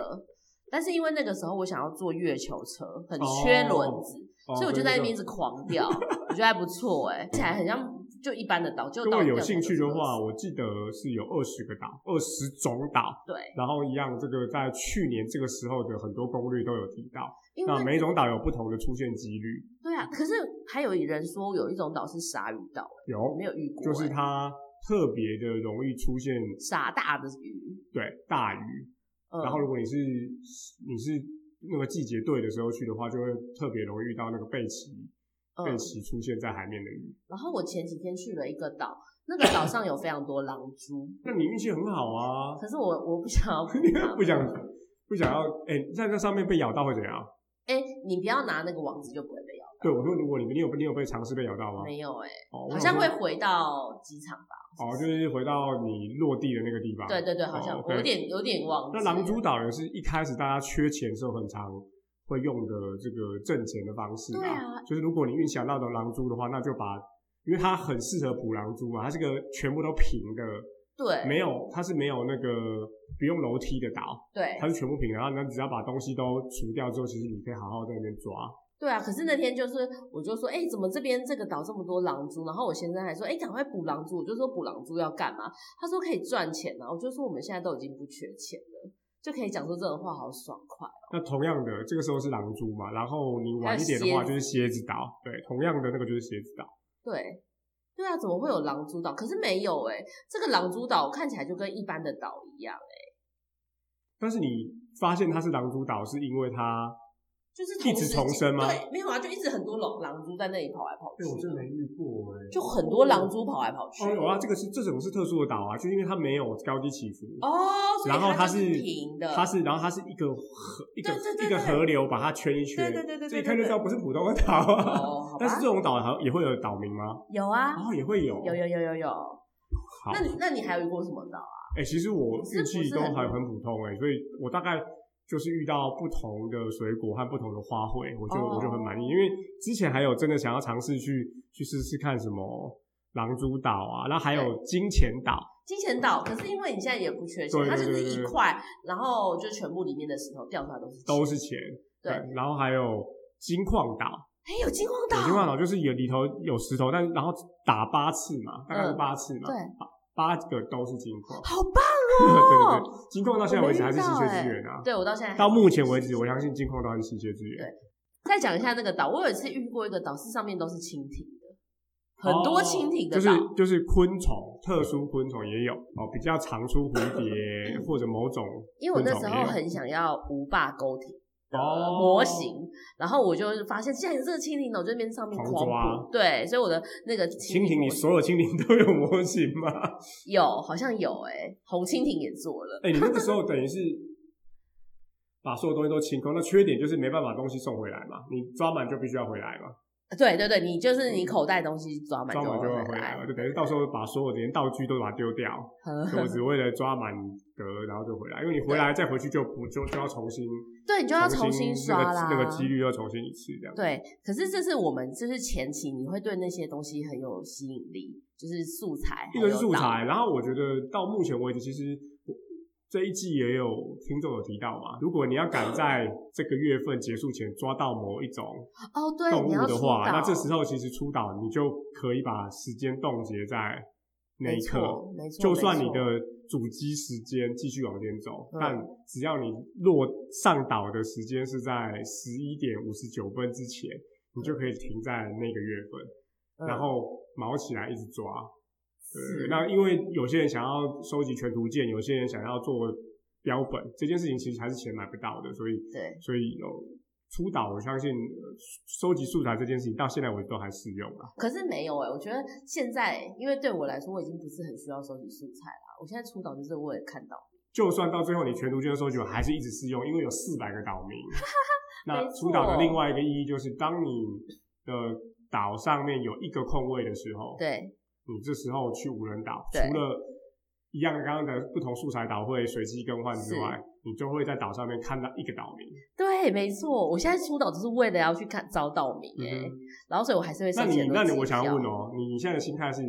Speaker 2: 但是因为那个时候我想要坐月球车，很缺轮子，
Speaker 1: 哦
Speaker 2: 所以我就在那边一
Speaker 1: 对
Speaker 2: 直狂掉，我觉得还不错哎、起来很像就一般的岛，就
Speaker 1: 对对如
Speaker 2: 岛
Speaker 1: 果有
Speaker 2: 掉
Speaker 1: 兴
Speaker 2: 下
Speaker 1: 趣
Speaker 2: 来
Speaker 1: 的
Speaker 2: 都是
Speaker 1: 话，
Speaker 2: 垃圾，
Speaker 1: 我记得是有二十个岛，二十种岛，
Speaker 2: 对，
Speaker 1: 然后一样，这个在去年这个时候的很多攻略都有提到。
Speaker 2: 因
Speaker 1: 那
Speaker 2: 为
Speaker 1: 每种岛有不同的出现几率，
Speaker 2: 对啊，可是还有人说有一种岛是鲨鱼岛，我
Speaker 1: 有
Speaker 2: 没有遇过、
Speaker 1: 就是
Speaker 2: 欸
Speaker 1: 它特别的容易出现
Speaker 2: 傻大的鱼，
Speaker 1: 对大鱼，
Speaker 2: 嗯、
Speaker 1: 然后如果你是你是那个季节对的时候去的话，就会特别容易遇到那个背鳍背
Speaker 2: 嗯
Speaker 1: 鳍出现在海面的鱼。
Speaker 2: 然后我前几天去了一个岛，那个岛上有非常多狼蛛，
Speaker 1: 那你运气很好啊，
Speaker 2: 可是我我不想要
Speaker 1: <laughs> 不想不想要哎、在那上面被咬到会怎样？
Speaker 2: 哎、你不要拿那个网子就不会被咬
Speaker 1: 对，我说如果你你有你有被尝试被咬到吗
Speaker 2: 到。？没有哎、
Speaker 1: 哦，我
Speaker 2: 好
Speaker 1: 想
Speaker 2: 像
Speaker 1: 说
Speaker 2: 会回到机场吧？
Speaker 1: 哦，就是回到你落地的那个地方。
Speaker 2: 对对对，好像、
Speaker 1: 哦
Speaker 2: 我
Speaker 1: ，OK
Speaker 2: 有点有点忘记
Speaker 1: 那
Speaker 2: 了。
Speaker 1: 狼蛛岛也是一开始大家缺钱的时候很常会用的这个挣钱的方式
Speaker 2: 对啊
Speaker 1: 就是如果你运气好到的狼蛛的话，那就把，因为它很适合捕狼蛛嘛，它是个全部都平的，
Speaker 2: 对
Speaker 1: 没有它是没有那个不用楼梯的岛，
Speaker 2: 对
Speaker 1: 它是全部平的，然后你只要把东西都除掉之后，其实你可以好好在那边抓。
Speaker 2: 对啊，可是那天就是我就说，哎、怎么这边这个岛这么多狼蛛？然后我先生还说，哎、赶快捕狼蛛。我就说捕狼蛛要干嘛？他说可以赚钱啊。我就说我们现在都已经不缺钱了，就可以讲出这种话，好爽快。
Speaker 1: 那同样的，这个时候是狼蛛嘛，然后你晚一点的
Speaker 2: 还有
Speaker 1: 话
Speaker 2: 蝎
Speaker 1: 就是蝎子岛，对，同样的那个就是蝎子岛。
Speaker 2: 对，对啊，怎么会有狼蛛岛？可是没有哎、这个狼蛛岛看起来就跟一般的岛一样、欸，
Speaker 1: 但是你发现它是狼蛛岛，是因为它，
Speaker 2: 就是
Speaker 1: 一直重生吗
Speaker 2: 对，没有啊，就一直很多狼狼蛛在那里跑来
Speaker 1: 哎
Speaker 2: 跑去，
Speaker 1: 遇过哎
Speaker 2: 就很多狼。蛛跑来跑去。
Speaker 1: 哦，有啊，这个是这种是特殊的岛啊，就因为它没有高低起伏，
Speaker 2: 哦，所以
Speaker 1: 然后
Speaker 2: 它
Speaker 1: 它
Speaker 2: 就是平的，
Speaker 1: 它是然后它是一个河一个
Speaker 2: 对对对
Speaker 1: 一个
Speaker 2: 对
Speaker 1: 河流把它圈一圈，
Speaker 2: 对对对对对
Speaker 1: 这
Speaker 2: 对
Speaker 1: 一看就
Speaker 2: 对
Speaker 1: 知道不是普通的岛啊。 <laughs>
Speaker 2: 哦，好吧
Speaker 1: 但是这种岛好像也会有岛民吗？
Speaker 2: 有啊
Speaker 1: 然，后也会有，
Speaker 2: 有有有有有。
Speaker 1: 好
Speaker 2: 那，你那你还有遇过什么岛啊？
Speaker 1: 哎，其实我
Speaker 2: 是
Speaker 1: 运
Speaker 2: 不
Speaker 1: 气
Speaker 2: 是
Speaker 1: 都
Speaker 2: 很
Speaker 1: 还很普通哎，所以我大概。就是遇到不同的水果和不同的花卉，我就、
Speaker 2: 哦
Speaker 1: 我就很满意，因为之前还有真的想要尝试去去试试看什么狼蛛岛啊，然后还有金钱岛，
Speaker 2: 金钱岛，可是因为你现在也不缺钱，
Speaker 1: 对
Speaker 2: 它就是
Speaker 1: 对对
Speaker 2: 一
Speaker 1: 对
Speaker 2: 块，然后就全部里面的石头掉出来都是
Speaker 1: 都是
Speaker 2: 钱
Speaker 1: 钱，
Speaker 2: 对。
Speaker 1: 然后还有金矿岛，
Speaker 2: 哎，有金光岛，
Speaker 1: 金矿岛就是有里头有石头，但然后打八次嘛，大概是
Speaker 2: 嗯
Speaker 1: 八次嘛，
Speaker 2: 对，。
Speaker 1: 八个都是金矿
Speaker 2: 哦好棒！
Speaker 1: <laughs> 对对对，金矿到现在为止还是稀
Speaker 2: 我
Speaker 1: 缺
Speaker 2: 没遇到欸
Speaker 1: 资源啊。
Speaker 2: 对我到现在还
Speaker 1: 到目前为止，我相信金矿岛是稀缺资源。
Speaker 2: 再讲一下那个岛，我有一次遇过一个岛，是上面都是蜻蜓的，很多蜻蜓的
Speaker 1: 哦就
Speaker 2: 岛。
Speaker 1: 是就是昆虫，特殊昆虫也有哦，比较常出蝴蝶或者某种
Speaker 2: 因为我那时候很想要无霸勾体的
Speaker 1: 哦
Speaker 2: 呃模型，然后我就发现，既然有这个蜻蜓的，我就在那边上面
Speaker 1: 狂
Speaker 2: 狂
Speaker 1: 抓
Speaker 2: 捕。对，所以我的那个
Speaker 1: 蜻蜓，
Speaker 2: 模
Speaker 1: 你
Speaker 2: 型
Speaker 1: 所有蜻蜓都有模型吗？
Speaker 2: 有好像有哎、红蜻蜓也做了。
Speaker 1: 哎、你那个时候等于是把所有东西都清空，那缺点就是没办法东西送回来嘛，你抓满就必须要回来嘛，
Speaker 2: 呃对对对，你就是你口袋东西抓满
Speaker 1: 嗯抓满就
Speaker 2: 会
Speaker 1: 要回来，嘛，就等于到时候把所有的连道具都把它丢掉，所以我只为了抓满格，然后就回来，因为你回来再回去就不就就要重新
Speaker 2: 对，你就要重新刷啦。
Speaker 1: 那个那个几率又重新一次这样。
Speaker 2: 对，可是这是我们就是前期你会对那些东西很有吸引力，就是素材，
Speaker 1: 一个是素，材，然后我觉得到目前为止，其实我这一季也有听众有提到嘛，如果你要赶在这个月份结束前抓到某一种
Speaker 2: 哦，对，
Speaker 1: 动
Speaker 2: 你
Speaker 1: 物
Speaker 2: 要
Speaker 1: 的话，
Speaker 2: 出岛
Speaker 1: 那这时候其实出岛你就可以把时间冻结在那
Speaker 2: 没
Speaker 1: 一刻，
Speaker 2: 错，没错，
Speaker 1: 就算
Speaker 2: 没
Speaker 1: 你
Speaker 2: 错
Speaker 1: 的主机时间继续往前走，
Speaker 2: 嗯
Speaker 1: 但只要你落上岛的时间是在十一点五十九分之前，你就可以停在那个月份，
Speaker 2: 嗯
Speaker 1: 然后呃毛起来一直抓。对，
Speaker 2: 是
Speaker 1: 那因为有些人想要收集全图鉴，有些人想要做标本，这件事情其实还是钱买不到的，所以
Speaker 2: 对
Speaker 1: 所以有出岛，我相信呃收集素材这件事情到现在为止都还适用啊。
Speaker 2: 可是没有哎、我觉得现在因为对我来说，我已经不是很需要收集素材了。我现在出岛就是为了看到，
Speaker 1: 就算到最后你全图鉴收集完，还是一直适用，因为有四百个岛民。
Speaker 2: <laughs>
Speaker 1: 那
Speaker 2: 没错
Speaker 1: 出岛的另外一个意义就是，当你的岛上面有一个空位的时候，
Speaker 2: 对
Speaker 1: 你这时候去无人岛，除
Speaker 2: 对
Speaker 1: 了一样刚刚的不同素材岛会随机更换之外，你就会在岛上面看到一个岛民。
Speaker 2: 对，没错，我现在出岛就是为了要去看招岛民哎、
Speaker 1: 嗯哼
Speaker 2: 然后所以我还是会
Speaker 1: 那
Speaker 2: 申
Speaker 1: 你
Speaker 2: 请。
Speaker 1: 那你我想要问哦、你现在的心态是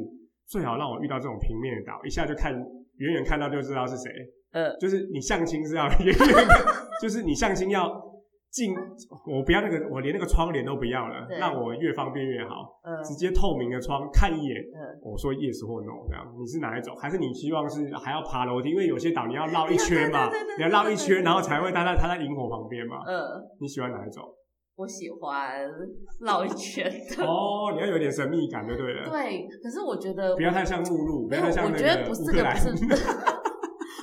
Speaker 1: 最好让我遇到这种平面的岛，一下就看远远看到就知道是谁，
Speaker 2: 呃， <laughs>
Speaker 1: 就是你相亲是要远远看， <laughs> 就是你相亲要近，我不要那个，我连那个窗帘都不要了
Speaker 2: 对，
Speaker 1: 让我越方便越好，
Speaker 2: 呃，
Speaker 1: 直接透明的窗看一眼。
Speaker 2: 嗯
Speaker 1: 我说 yes 或 no 这样，你是哪一种？还是你希望是还要爬楼梯？因为有些岛你要绕一圈嘛
Speaker 2: 对对对对，
Speaker 1: 你要绕一
Speaker 2: 对对
Speaker 1: 圈，
Speaker 2: 对
Speaker 1: 然后才会它在它在萤火旁边嘛。
Speaker 2: 呃，
Speaker 1: 你喜欢哪一种？
Speaker 2: 我喜欢绕一圈的。 <laughs>
Speaker 1: 哦，你要有点神秘感就对了。
Speaker 2: 对，可是我觉得
Speaker 1: 不要太像目录，不
Speaker 2: 没
Speaker 1: 要
Speaker 2: 有，
Speaker 1: 太像
Speaker 2: 我
Speaker 1: 那
Speaker 2: 觉得
Speaker 1: 个
Speaker 2: 不
Speaker 1: 乌
Speaker 2: 是
Speaker 1: 克
Speaker 2: 这
Speaker 1: 兰。
Speaker 2: 不是。 <laughs>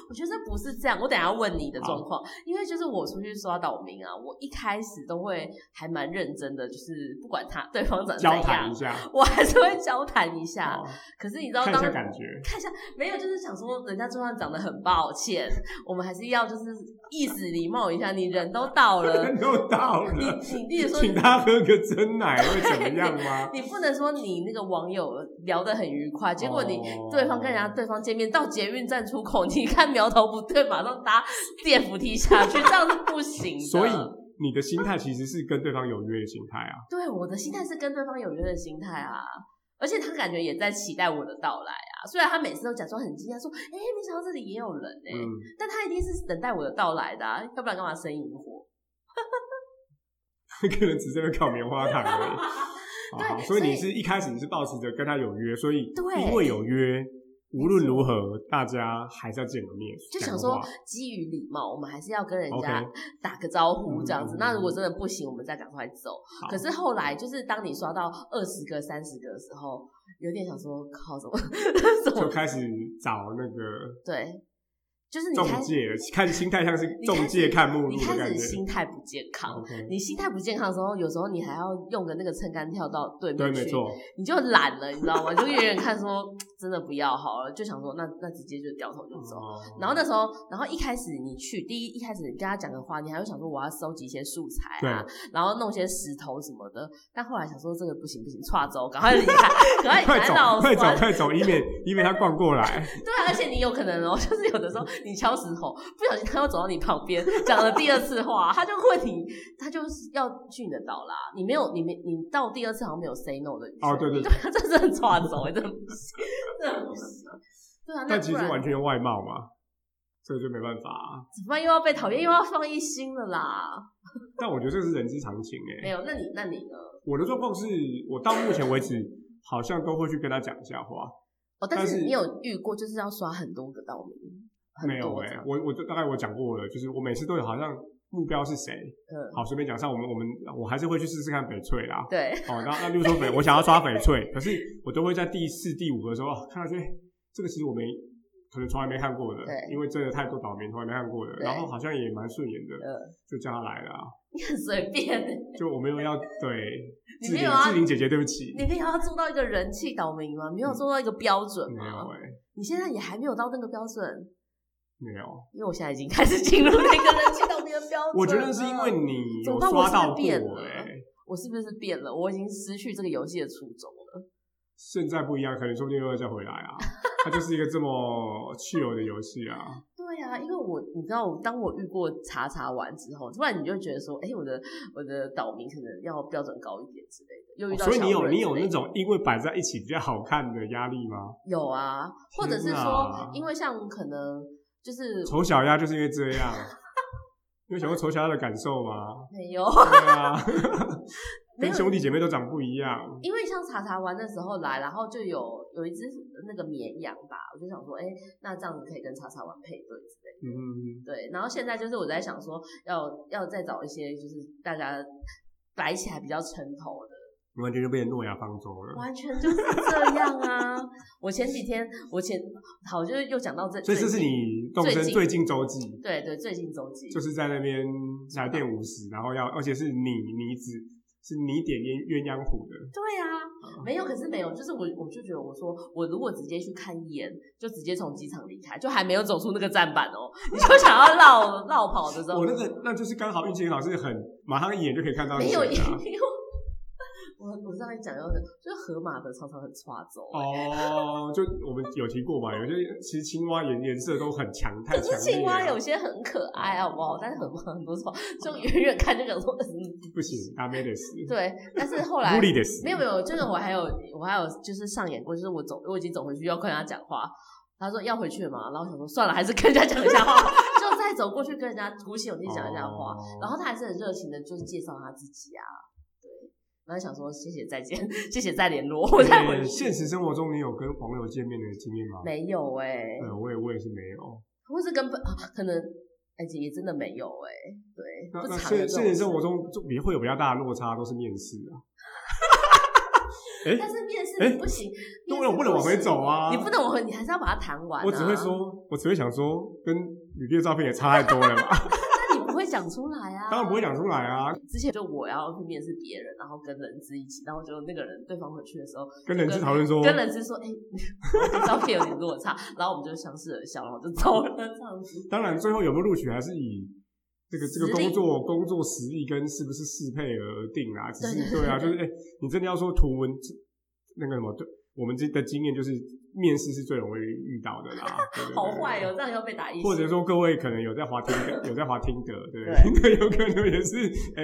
Speaker 2: 我觉得这不是这样，我等一下问你的状况，因为就是我出去刷岛民啊，我一开始都会还蛮认真的，就是不管他对方长怎
Speaker 1: <laughs> 交谈
Speaker 2: 样
Speaker 1: 一，下，
Speaker 2: <laughs> 我还是会交谈一下。
Speaker 1: 哦
Speaker 2: 可是你知道
Speaker 1: 看一
Speaker 2: 当
Speaker 1: 下感觉。 <laughs>
Speaker 2: 看一下，没有，就是想说人家就算长得很抱歉，我们还是要就是意思礼貌一下，你人都到了，
Speaker 1: 都到
Speaker 2: 你
Speaker 1: 了，
Speaker 2: 你例如说
Speaker 1: 请他喝个真奶会怎么样吗？
Speaker 2: 你不能说你那个网友聊得很愉快， <laughs> 结果你
Speaker 1: 哦
Speaker 2: 对方跟人家对方见面到捷运站出口， <laughs> 你看苗头不对，马上搭电扶梯下去，这样是不行的。
Speaker 1: 所以你的心态其实是跟对方有约的心态啊。
Speaker 2: 对我的心态是跟对方有约的心态啊，而且他感觉也在期待我的到来啊。虽然他每次都假装很惊讶，说：“哎、没想到这里也有人哎、
Speaker 1: 嗯， <laughs>
Speaker 2: 但他一定是等待我的到来的、啊，要不然干嘛生引火？
Speaker 1: 可能只是在烤棉花糖
Speaker 2: <laughs>
Speaker 1: 而已。好
Speaker 2: 对
Speaker 1: 好所以
Speaker 2: 所以
Speaker 1: 你是一开始你是抱持着跟他有约，所以
Speaker 2: 对
Speaker 1: 因为有约，无论如何大家还是要见个面，
Speaker 2: 就想
Speaker 1: 讲个
Speaker 2: 说
Speaker 1: 话
Speaker 2: 基于礼貌，我们还是要跟人
Speaker 1: OK
Speaker 2: 家打个招呼这样子。
Speaker 1: 嗯
Speaker 2: 那如果真的不行，我们再赶快走。
Speaker 1: 好
Speaker 2: 可是后来就是当你刷到二十个、三十个的时候，有点想说靠，怎么 <laughs> 怎
Speaker 1: 就
Speaker 2: 么
Speaker 1: 开始找那个
Speaker 2: 对？就是你
Speaker 1: 中
Speaker 2: 开始
Speaker 1: 介，看心态像是
Speaker 2: 你开始
Speaker 1: 中介看目录
Speaker 2: 你
Speaker 1: 的
Speaker 2: 开
Speaker 1: 感
Speaker 2: 始
Speaker 1: 觉。嗯
Speaker 2: 心态不健康。
Speaker 1: OK，
Speaker 2: 你心态不健康的时候，有时候你还要用个那个撑杆跳到对
Speaker 1: 对，
Speaker 2: 面
Speaker 1: 没
Speaker 2: 去，
Speaker 1: 错，
Speaker 2: 你就懒了，你知道吗？就远远看说 <laughs> 真的不要好了，就想说那那直接就掉头就走。
Speaker 1: 哦
Speaker 2: 然后那时候，然后一开始你去，第一一开始你跟他讲的话，你还会想说我要收集一些素材啊，然后弄些石头什么的。但后来想说这个不行不行，岔走，赶快离开，
Speaker 1: <laughs>
Speaker 2: 赶快
Speaker 1: 快
Speaker 2: 离开
Speaker 1: 走
Speaker 2: 老，
Speaker 1: 快走，
Speaker 2: 酸。
Speaker 1: 快走，以免以免他逛过来。
Speaker 2: 对啊，而且你有可能哦，就是有的时候你敲石头，不小心他又走到你旁边，讲了第二次话，他就问你，他就是要去你的岛啦。你没有，你没，你到第二次好像没有 say no 的余生。
Speaker 1: 哦对对
Speaker 2: 对啊，这真的很岔走，真的不行，真的不行。对啊，那
Speaker 1: 但其实
Speaker 2: 不然
Speaker 1: 完全用外貌嘛，所以就没办法啊。
Speaker 2: 怎么办？又要被讨厌，又要放一心了啦。
Speaker 1: 但我觉得这是人之常情哎、
Speaker 2: 没有，那你那你呢？
Speaker 1: 我的状况是我到目前为止好像都会去跟他讲一下话，
Speaker 2: 哦，但
Speaker 1: 但
Speaker 2: 是
Speaker 1: 是
Speaker 2: 你有遇过就是要刷很多个道明，很
Speaker 1: 没有
Speaker 2: 多
Speaker 1: 哎、
Speaker 2: 这样
Speaker 1: 我我就大概我讲过了，就是我每次都有好像目标是谁，
Speaker 2: 嗯，
Speaker 1: 好随便讲上我们我们我还是会去试试看翡翠啦。
Speaker 2: 对， <laughs>
Speaker 1: 哦，那那例如说翡，我想要刷翡翠，可是我都会在第四、第五个时候啊看到去，哎这个其实我没可能从来没看过的，
Speaker 2: 对
Speaker 1: 因为真的太多岛民从来没看过的，
Speaker 2: 对
Speaker 1: 然后好像也蛮顺眼的，
Speaker 2: 嗯
Speaker 1: 就叫他来了啊、
Speaker 2: 你很随便欸，
Speaker 1: 就我没有要对
Speaker 2: 你
Speaker 1: 志
Speaker 2: 没
Speaker 1: 玲
Speaker 2: 有啊
Speaker 1: 志玲姐姐，对不起，
Speaker 2: 你没有要做到一个人气岛民吗？没有做到一个标准
Speaker 1: 没有
Speaker 2: 吗？
Speaker 1: 哎、
Speaker 2: 你现在也还没有到那个标准，
Speaker 1: 没有。
Speaker 2: 因为我现在已经开始进入那个人气岛民的标准了。
Speaker 1: 我觉得是因为你有刷到过哎、
Speaker 2: 我是不是变了？我已经失去这个游戏的初衷了。
Speaker 1: 现在不一样，可能说不定又要再回来啊。
Speaker 2: <laughs>
Speaker 1: 它就是一个这么去游的游戏啊，
Speaker 2: 对啊，因为我你知道，我当我遇过查查完之后，突然你就觉得说，哎、我的我的岛民可能要标准高一点之类的，又遇到、
Speaker 1: 哦所以你有你有那种因为摆在一起比较好看的压力吗？
Speaker 2: 有啊，或者是
Speaker 1: 天
Speaker 2: 说
Speaker 1: 哪，
Speaker 2: 因为像可能就是
Speaker 1: 丑小鸭就是因为这
Speaker 2: <laughs>
Speaker 1: 样，你有想过丑小鸭的感受吗？
Speaker 2: 没有 <laughs>
Speaker 1: 对啊，
Speaker 2: 没
Speaker 1: 跟
Speaker 2: 有，
Speaker 1: 兄弟姐妹都长不一样。
Speaker 2: 因为像查查玩的时候来，然后就有有一只那个绵羊吧，我就想说，哎、那这样子可以跟查查玩配对之类的。
Speaker 1: 嗯，
Speaker 2: 对，然后现在就是我在想说，要要再找一些就是大家摆起来比较成头的。
Speaker 1: 完全就变成诺亚方舟了。
Speaker 2: 完全就是这样啊！ <laughs> 我前几天，我前好就是又讲到这，
Speaker 1: 所以这是
Speaker 2: 最近
Speaker 1: 你动身
Speaker 2: 最近
Speaker 1: 最近周记，
Speaker 2: 对对最近周记，
Speaker 1: 就是在那边来电五十，然后要，而且是你你只是你点鸳鸳鸯谱的，
Speaker 2: 对
Speaker 1: 哦
Speaker 2: 啊，没有，可是没有，就是我我就觉得我说我如果直接去看一眼，就直接从机场离开，就还没有走出那个站板哦，你就想要绕绕跑的时
Speaker 1: 哦
Speaker 2: 候，
Speaker 1: 我那个那就是刚好运气很好，是很马上一眼就可以看到
Speaker 2: 没
Speaker 1: 你
Speaker 2: 有
Speaker 1: 的
Speaker 2: 因
Speaker 1: 啊。
Speaker 2: 为我我上面讲到的，就是河马的常常很抓走。
Speaker 1: 哦，就我们有提过嘛，有些其实青蛙颜颜色都很强，太
Speaker 2: 可
Speaker 1: 强烈
Speaker 2: 是
Speaker 1: 了。哦
Speaker 2: 青蛙有些很可爱，好不好？但是很很不错，就远远看就想说，嗯，
Speaker 1: 不行，达美得死，
Speaker 2: 对。但是后来
Speaker 1: 无理得死，
Speaker 2: 没有没有，就是我还有我还有就是上演过，就是我走我已经走回去要跟他讲话，他说要回去了嘛，然后我想说算了，还是跟人家讲一下话， <laughs> 就再走过去跟人家鼓起勇气讲一下话，
Speaker 1: 哦
Speaker 2: 然后他还是很热情的，就是介绍他自己啊，对，然后想说谢谢再见， <laughs> 谢谢再联络，我再回
Speaker 1: 呃
Speaker 2: 去。
Speaker 1: 现实生活中，你有跟网友见面的经验吗？
Speaker 2: 没有哎、
Speaker 1: 呃，我也我也是没有。
Speaker 2: 或是跟朋啊可能哎、姐也真的没有哎、对，
Speaker 1: 那
Speaker 2: 不
Speaker 1: 那
Speaker 2: 常
Speaker 1: 现
Speaker 2: 有这
Speaker 1: 现
Speaker 2: 种
Speaker 1: 实生活
Speaker 2: 事。
Speaker 1: 中就也会有比较大的落差，都是面试啊。
Speaker 2: <laughs>
Speaker 1: 哎、
Speaker 2: 但是面试
Speaker 1: 哎
Speaker 2: 你不行，
Speaker 1: 那
Speaker 2: 面
Speaker 1: 我
Speaker 2: 试
Speaker 1: 不能往回
Speaker 2: 行
Speaker 1: 走啊
Speaker 2: 你不能往回，你还是要把它谈完、啊。
Speaker 1: 我只会说，我只会想说，跟履历的照片也差太多了
Speaker 2: <laughs>
Speaker 1: 嘛，
Speaker 2: 那你不会讲出来啊？
Speaker 1: 当然不会讲出来
Speaker 2: <laughs>
Speaker 1: 啊。
Speaker 2: 之前就我要去面试别人，然后跟人资一起，然后就那个人对方回去的时候，
Speaker 1: 跟人资讨论说，
Speaker 2: 跟人资说：“哎、我的 <laughs> 照片有点落差。”然后我们就相视而笑，然后就走了这样子。
Speaker 1: 当然，最后有没有录取还是以这个这个
Speaker 2: 实力
Speaker 1: 工作工作实力跟是不是适配而定啊。只
Speaker 2: 对
Speaker 1: 是
Speaker 2: 对
Speaker 1: 对啊，
Speaker 2: 对
Speaker 1: 就是哎、你真的要说图文那个什么，对我们这的经验就是面试是最容易遇到的
Speaker 2: <laughs>
Speaker 1: 啦。对对对
Speaker 2: 好坏哦，这样以后被打一星。
Speaker 1: 或者说各位可能有在滑
Speaker 2: <laughs>
Speaker 1: 听的，有在滑听的，对 <laughs>
Speaker 2: 对
Speaker 1: 听的有可能也是哎、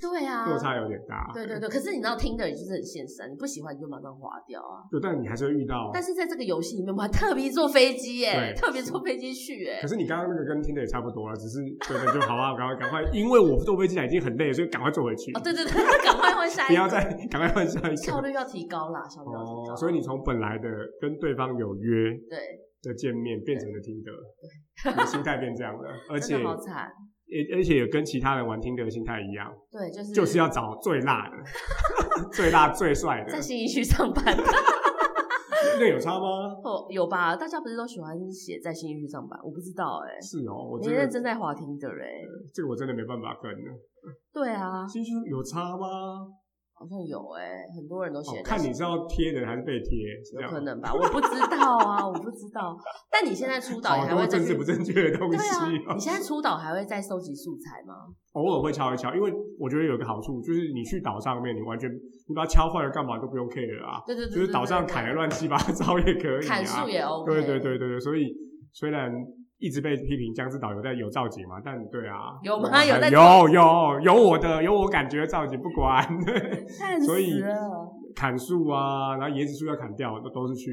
Speaker 2: 对啊，
Speaker 1: 落差有点大。
Speaker 2: 对对对，可是你知道听的就是很现实啊，你不喜欢你就马上划掉啊。
Speaker 1: 对，但你还是会遇到。啊
Speaker 2: 但是在这个游戏里面，我还特别坐飞机耶、
Speaker 1: 对
Speaker 2: 特别坐飞机去耶、
Speaker 1: 可是你刚刚那个跟听的也差不多了，啊只是对对就好啊，赶快赶快，因为我坐飞机来已经很累了，所以赶快坐回去，
Speaker 2: 哦，对对对，赶快换下
Speaker 1: 不
Speaker 2: 一
Speaker 1: 要
Speaker 2: 个，
Speaker 1: 再赶快换下一
Speaker 2: 效
Speaker 1: 个。
Speaker 2: 率要提高啦，效率要提高。
Speaker 1: 哦，所以你从本来的跟对方有约
Speaker 2: 对，
Speaker 1: 的见面，变成了听的，你的心态变这样
Speaker 2: <laughs>
Speaker 1: 了，而且
Speaker 2: 真的好惨。
Speaker 1: 也而且也跟其他人玩听的心态一样，
Speaker 2: 对，就是
Speaker 1: 就是要找最辣
Speaker 2: <laughs>
Speaker 1: 的、最辣最帅的
Speaker 2: 在，新一区上班。
Speaker 1: 那有差吗？
Speaker 2: 哦，有吧？大家不是都喜欢写在新一区上班？我不知道哎、
Speaker 1: 是哦，我
Speaker 2: 你
Speaker 1: 真
Speaker 2: 认
Speaker 1: 的
Speaker 2: 真在滑听的哎、
Speaker 1: 这个我真的没办法跟了。
Speaker 2: 对啊，
Speaker 1: 新书有差吗？
Speaker 2: 好像有哎、很多人都写、
Speaker 1: 哦，看你是要贴人还是被贴，是这
Speaker 2: 有
Speaker 1: 样
Speaker 2: 可。能吧？我不知道
Speaker 1: <laughs>
Speaker 2: 啊，我不知道。但你现在出道，你
Speaker 1: 好
Speaker 2: 还会
Speaker 1: 多
Speaker 2: 再
Speaker 1: 政
Speaker 2: 去
Speaker 1: 治不正确的东
Speaker 2: 对
Speaker 1: 西
Speaker 2: 啊，
Speaker 1: 哦、
Speaker 2: 你现在出岛还会再收集素材吗？
Speaker 1: <laughs> 偶尔会敲一敲，因为我觉得有个好处就是你去岛上面，你完全你把它敲坏了干嘛都不用 care 啊，
Speaker 2: 对对对，
Speaker 1: 就是岛上砍的乱七八糟也可以
Speaker 2: 砍树
Speaker 1: 啊。
Speaker 2: 也 OK。
Speaker 1: 对对，对对对，所以虽然一直被批评江之岛有在有造景嘛，但对啊，
Speaker 2: 有吗
Speaker 1: 我还
Speaker 2: 有在
Speaker 1: 有有有我的有我感觉的造景不管， <laughs>
Speaker 2: 看死
Speaker 1: 所以
Speaker 2: 了。哎
Speaker 1: 砍树啊，然后椰子树要砍掉，都都是去。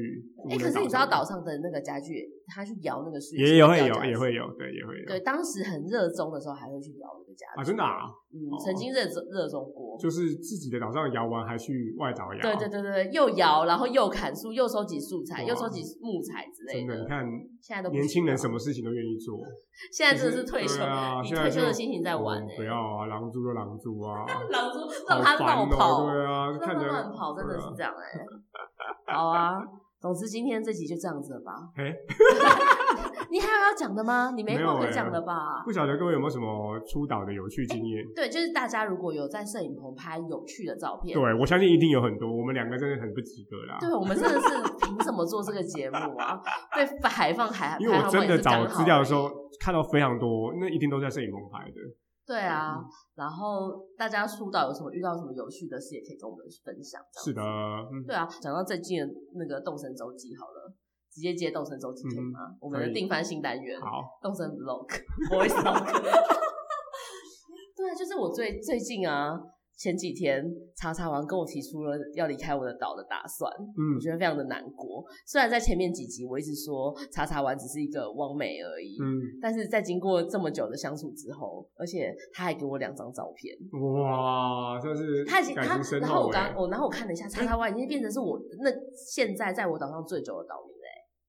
Speaker 2: 哎，可是你知道岛上的那个家具，他去摇那个树
Speaker 1: 也也会有
Speaker 2: 摇
Speaker 1: 也。会有对也会有
Speaker 2: 对，当时很热衷的时候，还会去摇那个家
Speaker 1: 啊，
Speaker 2: 具。
Speaker 1: 真的啊，
Speaker 2: 嗯
Speaker 1: 哦，
Speaker 2: 曾经热衷热衷过。
Speaker 1: 就是自己的岛上摇完还去外岛摇，
Speaker 2: 对对对对，又摇，然后又砍树，又收集素材，
Speaker 1: 哇
Speaker 2: 又收集木材之类
Speaker 1: 真的，你看
Speaker 2: 现在都不
Speaker 1: 年轻人
Speaker 2: 需
Speaker 1: 什么事情都愿意做，
Speaker 2: 要现在真的是退休
Speaker 1: 对，啊，
Speaker 2: 以
Speaker 1: 现在
Speaker 2: 退休的
Speaker 1: 就
Speaker 2: 心情在玩
Speaker 1: 哦
Speaker 2: 哎。
Speaker 1: 不要啊，狼蛛就狼蛛
Speaker 2: <laughs>
Speaker 1: 啊，
Speaker 2: 老猪
Speaker 1: 好
Speaker 2: 让他
Speaker 1: 烦
Speaker 2: 绕
Speaker 1: 哦
Speaker 2: 跑。
Speaker 1: 对啊，
Speaker 2: 真
Speaker 1: 看
Speaker 2: 的
Speaker 1: 着啊
Speaker 2: 乱跑，真的是这样哎、好啊，总之今天这集就这样子了吧。
Speaker 1: 哎
Speaker 2: 你还有要讲的吗？你没
Speaker 1: 没有
Speaker 2: 空可以
Speaker 1: 哎
Speaker 2: 讲了吧？
Speaker 1: 不晓得各位有没有什么出岛的有趣经验？
Speaker 2: 对，就是大家如果有在摄影棚拍有趣的照片，
Speaker 1: 对，啊我相信一定有很多，我们两个真的很不及格啦。
Speaker 2: 对，我们真的是凭什么做这个节目啊？ <laughs> 被海放海，
Speaker 1: 因为我
Speaker 2: 啊排行榜
Speaker 1: 真
Speaker 2: 也
Speaker 1: 的
Speaker 2: 是刚
Speaker 1: 找
Speaker 2: 好哎
Speaker 1: 资料的
Speaker 2: 而
Speaker 1: 时
Speaker 2: 已
Speaker 1: 候，看到非常多，那一定都在摄影棚拍的。
Speaker 2: 对啊，
Speaker 1: 嗯
Speaker 2: 然后大家出道有什么遇到什么有趣的事，也可以跟我们分享。这样
Speaker 1: 是的，嗯，
Speaker 2: 对啊，讲到最近的那个动身周记好了，直接接动身周记可以吗？我
Speaker 1: 嗯
Speaker 2: 们
Speaker 1: 可
Speaker 2: 的
Speaker 1: 以
Speaker 2: 定番新单元。
Speaker 1: 好，
Speaker 2: 动身
Speaker 1: <laughs>
Speaker 2: vlog，voice vlog。对啊，就是我最最近啊，前几天查查王跟我提出了要离开我的岛的打算，我
Speaker 1: 嗯，
Speaker 2: 觉得非常的难过。虽然在前面几集我一直说查查王只是一个汪美而已，
Speaker 1: 嗯，
Speaker 2: 但是在经过这么久的相处之后，而且他还给我两张照片，
Speaker 1: 哇，这是
Speaker 2: 他已经
Speaker 1: 感
Speaker 2: 他
Speaker 1: 情，深
Speaker 2: 然后
Speaker 1: 厚
Speaker 2: 我刚
Speaker 1: 哎。
Speaker 2: 我然后我看了
Speaker 1: <laughs>
Speaker 2: 一下，查查王已经变成是我那现在在我岛上最久的岛民了。欸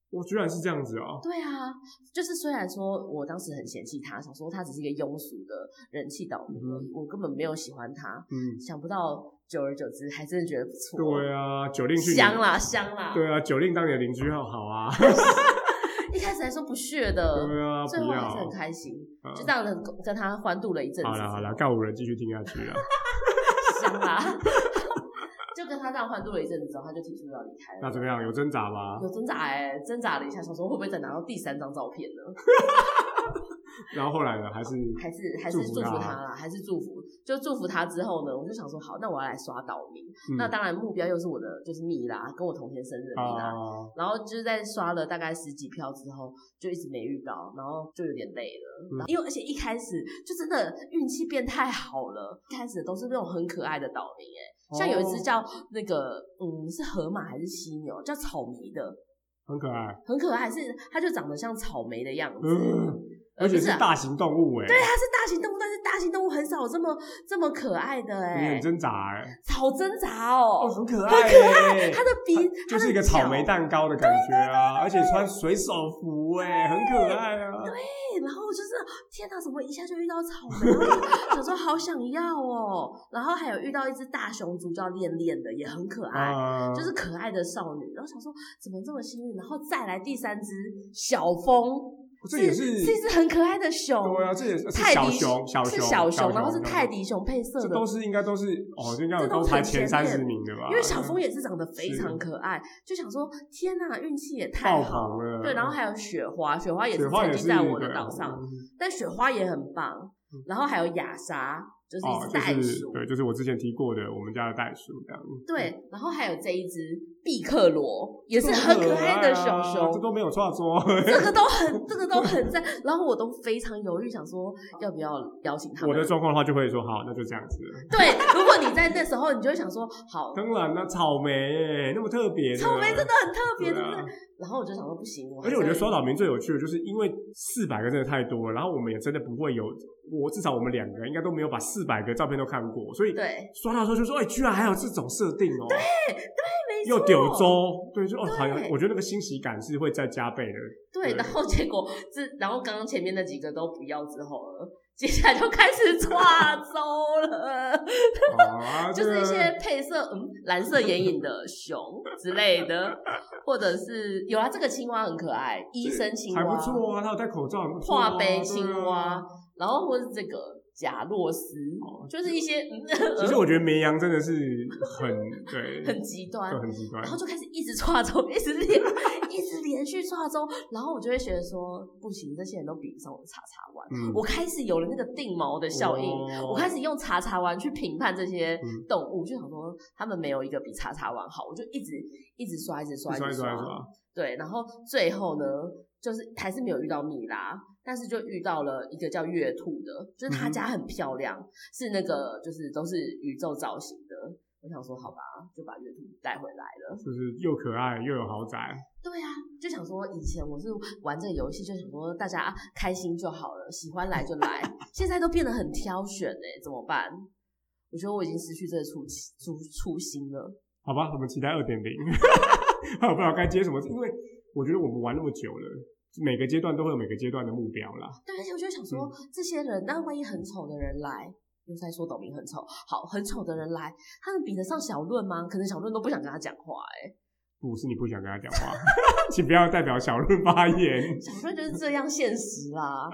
Speaker 1: 我居然是这样子哦，
Speaker 2: 对啊，就是虽然说我当时很嫌弃他，想说他只是一个庸俗的人气岛民而已，我根本没有喜欢他。
Speaker 1: 嗯，
Speaker 2: 想不到久而久之，还真的觉得不错。
Speaker 1: 对啊，九令去你
Speaker 2: 香啦香啦。
Speaker 1: 对啊，九令当你的邻居好好
Speaker 2: <laughs>
Speaker 1: 啊，
Speaker 2: 一开始还说不屑的，
Speaker 1: 对啊，
Speaker 2: 最后
Speaker 1: 不
Speaker 2: 还是
Speaker 1: 要
Speaker 2: 很。开心，
Speaker 1: 嗯
Speaker 2: 就这样的跟他欢度了一阵子。
Speaker 1: 好了好了，，告五人继续听下去啊了。
Speaker 2: 香啦。就跟他这样欢度了一阵子之后，他就提出要离开
Speaker 1: <laughs> 那
Speaker 2: 了。
Speaker 1: 怎么样？有挣扎吗？
Speaker 2: 有挣扎哎、挣扎了一下，想说会不会再拿到第三张照片呢？
Speaker 1: 然后后来呢？还是嗯
Speaker 2: 还是还是
Speaker 1: 祝福
Speaker 2: 祝福
Speaker 1: 他
Speaker 2: 他啦，还是祝福。就祝福他之后呢，我就想说，好，那我要来刷岛民。
Speaker 1: 嗯
Speaker 2: 那当然目标又是我的，就是蜜啦，跟我同天生日的蜜啦。
Speaker 1: 啊，
Speaker 2: 然后就是在刷了大概十几票之后，就一直没遇到，然后就有点累了。
Speaker 1: 嗯
Speaker 2: 然后因为而且一开始就真的运气变太好了，一开始都是那种很可爱的岛民、欸，像有一只
Speaker 1: 哦
Speaker 2: 叫那个嗯是河马还是犀牛，叫草莓的，
Speaker 1: 很可爱，
Speaker 2: 很可爱，是它就长得像草莓的样子，
Speaker 1: 嗯，而且是
Speaker 2: 不是啊
Speaker 1: 大型动物哎，
Speaker 2: 对，啊它是大型动物，但是大型动物很少有这么这么可爱的
Speaker 1: 你
Speaker 2: 哎、
Speaker 1: 很挣扎哎，
Speaker 2: 好挣扎
Speaker 1: 哦，
Speaker 2: 哦，
Speaker 1: 很可爱，很可爱
Speaker 2: 它的鼻
Speaker 1: 就
Speaker 2: 它
Speaker 1: 是
Speaker 2: 的
Speaker 1: 一个草莓
Speaker 2: 脚
Speaker 1: 蛋糕的感觉啊，而且穿水手服哎，很可爱啊。
Speaker 2: 对然后我就是天哪，怎么一下就遇到草莓？然后就 <laughs> 想说好想要哦，然后还有遇到一只大熊族叫恋恋的，也很可爱。
Speaker 1: 啊，
Speaker 2: 就是可爱的少女，然后想说怎么这么幸运，然后再来第三只小风，
Speaker 1: 哦这也
Speaker 2: 是
Speaker 1: 是
Speaker 2: 一只很可爱的熊，
Speaker 1: 对啊，这也是
Speaker 2: 泰
Speaker 1: 是小
Speaker 2: 迪
Speaker 1: 熊，小
Speaker 2: 是
Speaker 1: 熊，
Speaker 2: 小熊，
Speaker 1: 熊，
Speaker 2: 然后是泰
Speaker 1: 迪，
Speaker 2: 迪熊配色
Speaker 1: 这
Speaker 2: 的，
Speaker 1: 都是应该都是哦，应该
Speaker 2: 这
Speaker 1: 有
Speaker 2: 都
Speaker 1: 都排
Speaker 2: 很前
Speaker 1: 前三十
Speaker 2: 面
Speaker 1: 名的吧？
Speaker 2: 因为小
Speaker 1: 风
Speaker 2: 峰也是长得非常可爱，就想说天呐，运气也太
Speaker 1: 爆
Speaker 2: 好。
Speaker 1: 红了，
Speaker 2: 对，然后还有雪花，雪花也
Speaker 1: 雪
Speaker 2: 是
Speaker 1: 花
Speaker 2: 曾
Speaker 1: 也
Speaker 2: 经
Speaker 1: 是
Speaker 2: 在我
Speaker 1: 对
Speaker 2: 的
Speaker 1: 啊
Speaker 2: 岛上，
Speaker 1: 嗯
Speaker 2: 但雪花也很棒。然后还有雅莎，就是一
Speaker 1: 哦，
Speaker 2: 只
Speaker 1: 就
Speaker 2: 袋
Speaker 1: 是
Speaker 2: 鼠，
Speaker 1: 对，就是嗯我之前提过的我们家的袋鼠这样。
Speaker 2: 对，然后还有这一只毕克罗，也是
Speaker 1: 这
Speaker 2: 很可
Speaker 1: 爱
Speaker 2: 爱的熊
Speaker 1: 啊这
Speaker 2: 熊。
Speaker 1: 都没有差错。
Speaker 2: 这
Speaker 1: <laughs>
Speaker 2: 个都很，这个都很赞，然后我都非常犹豫，想说要不要邀请他
Speaker 1: 我
Speaker 2: 们
Speaker 1: 的。状况的话，就会说好，那就这样子了。
Speaker 2: 对，如果你在那时候，你就会想说，好，
Speaker 1: 当然啦，草莓耶那么特别的，
Speaker 2: 草莓真的很特别，
Speaker 1: 对
Speaker 2: 真
Speaker 1: 啊
Speaker 2: 的。然后我就想说，不行，我还
Speaker 1: 而且
Speaker 2: 是
Speaker 1: 我觉得
Speaker 2: 要
Speaker 1: 刷岛民最有趣的，就是因为四百个真的太多了，然后我们也真的不会有，我至少我们两个应该都没有把四百个照片都看过，所以
Speaker 2: 对，
Speaker 1: 刷到的时候就说，哎、居然还有这种设定哦、
Speaker 2: 没错
Speaker 1: 又丢周，对，就哦，好像
Speaker 2: 对
Speaker 1: 我觉得那个欣喜感是会再加倍
Speaker 2: <laughs>
Speaker 1: 的，
Speaker 2: 对，
Speaker 1: 对
Speaker 2: 然后结果这，然后刚刚前面那几个都不要之后了，接下来就开始 <laughs> 跨州了，
Speaker 1: 啊，
Speaker 2: 就是一
Speaker 1: 这个
Speaker 2: 些配色嗯蓝色眼影的熊之类的，或者是有啊，这个青蛙很可爱，医生青蛙
Speaker 1: 还不错啊，他有戴口罩，很不错、啊，
Speaker 2: 画杯青
Speaker 1: 对
Speaker 2: 蛙
Speaker 1: 啊。，
Speaker 2: 然后或是这个贾洛斯，
Speaker 1: 哦
Speaker 2: 就是一些 <laughs> 嗯
Speaker 1: 其实我觉得绵羊真的是很对，
Speaker 2: <laughs> 很极端
Speaker 1: 对，，很极端
Speaker 2: 然。后就开始一直刷周，一直连一直连续刷周，然后我就会觉得说，不行，这些人都比不上我的茶茶丸。
Speaker 1: 嗯
Speaker 2: 我开始有了那个定锚的效应，
Speaker 1: 哦
Speaker 2: 我开始用茶茶丸去评判这些
Speaker 1: 嗯
Speaker 2: 动物，就想说他们没有一个比茶茶丸好，我就一直一直刷，一直刷，
Speaker 1: 刷
Speaker 2: 直
Speaker 1: 一刷一
Speaker 2: 刷。
Speaker 1: 刷，
Speaker 2: 对，然后最后呢，就是还是没有遇到蜜拉，但是就遇到了一个叫月兔的，就是他
Speaker 1: 嗯哼
Speaker 2: 家很漂亮，是那个就是都是宇宙造型的。我想说，好吧，就把月兔带回来了。
Speaker 1: 就是又可爱又有豪宅，
Speaker 2: 对啊，就想说以前我是玩这个游戏，就想说大家开心就好了，喜欢来就来。现在都变得很挑选哎、怎么办？我觉得我已经失去这个初期初初心了。
Speaker 1: 好吧，我们期待二点零， <laughs> 还有不知道该接什么，因为我觉得我们玩那么久了，每个阶段都会有每个阶段的目标啦。
Speaker 2: 对，而且我就想说，这些人，那万一很丑的人来，又在说董明很丑，好，很丑的人来，他们比得上小论吗？可能小论都不想跟他讲话哎、
Speaker 1: 不是你不想跟他讲话， <laughs> 请不要代表小润发言。
Speaker 2: 小论就是这样现实啦。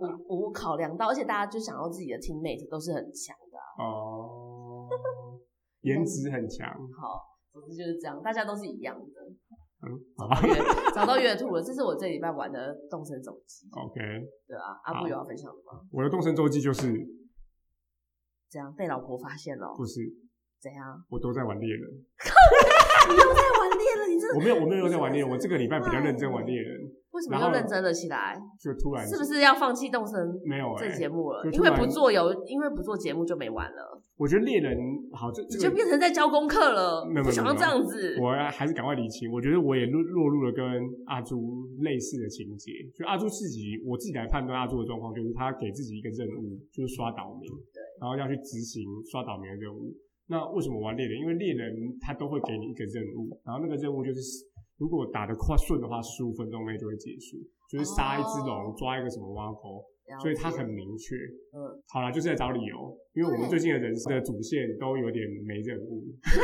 Speaker 2: 我我我考量到，而且大家就想要自己的 teammate 都是很强的啊、 <laughs>
Speaker 1: 哦，颜值很强，
Speaker 2: 好，总之就是这样，大家都是一样的。
Speaker 1: 嗯，好吧
Speaker 2: 月找到月兔了，这是我这礼拜玩的动身手机。
Speaker 1: ，OK。
Speaker 2: 对啊，阿布
Speaker 1: 好
Speaker 2: 有要分享的吗？
Speaker 1: 我的动身周记就是
Speaker 2: 这样被老婆发现了，
Speaker 1: 不是
Speaker 2: 怎样？
Speaker 1: 我都在玩猎人，
Speaker 2: 你又在玩猎了？你这
Speaker 1: 我没有我没有在玩猎
Speaker 2: <laughs>
Speaker 1: 人，我这个礼拜比较认真玩猎人，
Speaker 2: 为什么
Speaker 1: 然
Speaker 2: 又
Speaker 1: 后
Speaker 2: 认真了起来？
Speaker 1: 就突然
Speaker 2: 是不是要放弃动身
Speaker 1: 没有哎、
Speaker 2: 这节目了？
Speaker 1: 就
Speaker 2: 因
Speaker 1: 突
Speaker 2: 为
Speaker 1: 然
Speaker 2: 不做游，因为不做节目就没玩了，
Speaker 1: 我觉得猎人好这
Speaker 2: 你
Speaker 1: 这
Speaker 2: 就
Speaker 1: 个
Speaker 2: 变成在交功课了
Speaker 1: 没有没。有
Speaker 2: 不想要这样子。
Speaker 1: 我还是赶快理清，我觉得我也落落入了跟阿朱类似的情节。就阿朱自己，我自己来判断阿朱的状况，就是他给自己一个任务，就是刷岛民，对，然后要去执行刷岛民的任务。那为什么玩猎人？因为猎人他都会给你一个任务，然后那个任务就是如果打得快顺的话，十五分钟内就会结束，就是杀一只龙，
Speaker 2: 哦
Speaker 1: 抓一个什么挖钩，
Speaker 2: 了解
Speaker 1: 所以他很明确。
Speaker 2: 嗯，
Speaker 1: 好啦，就是在找理由，因为我们最近的人生的主线都有点没任务，所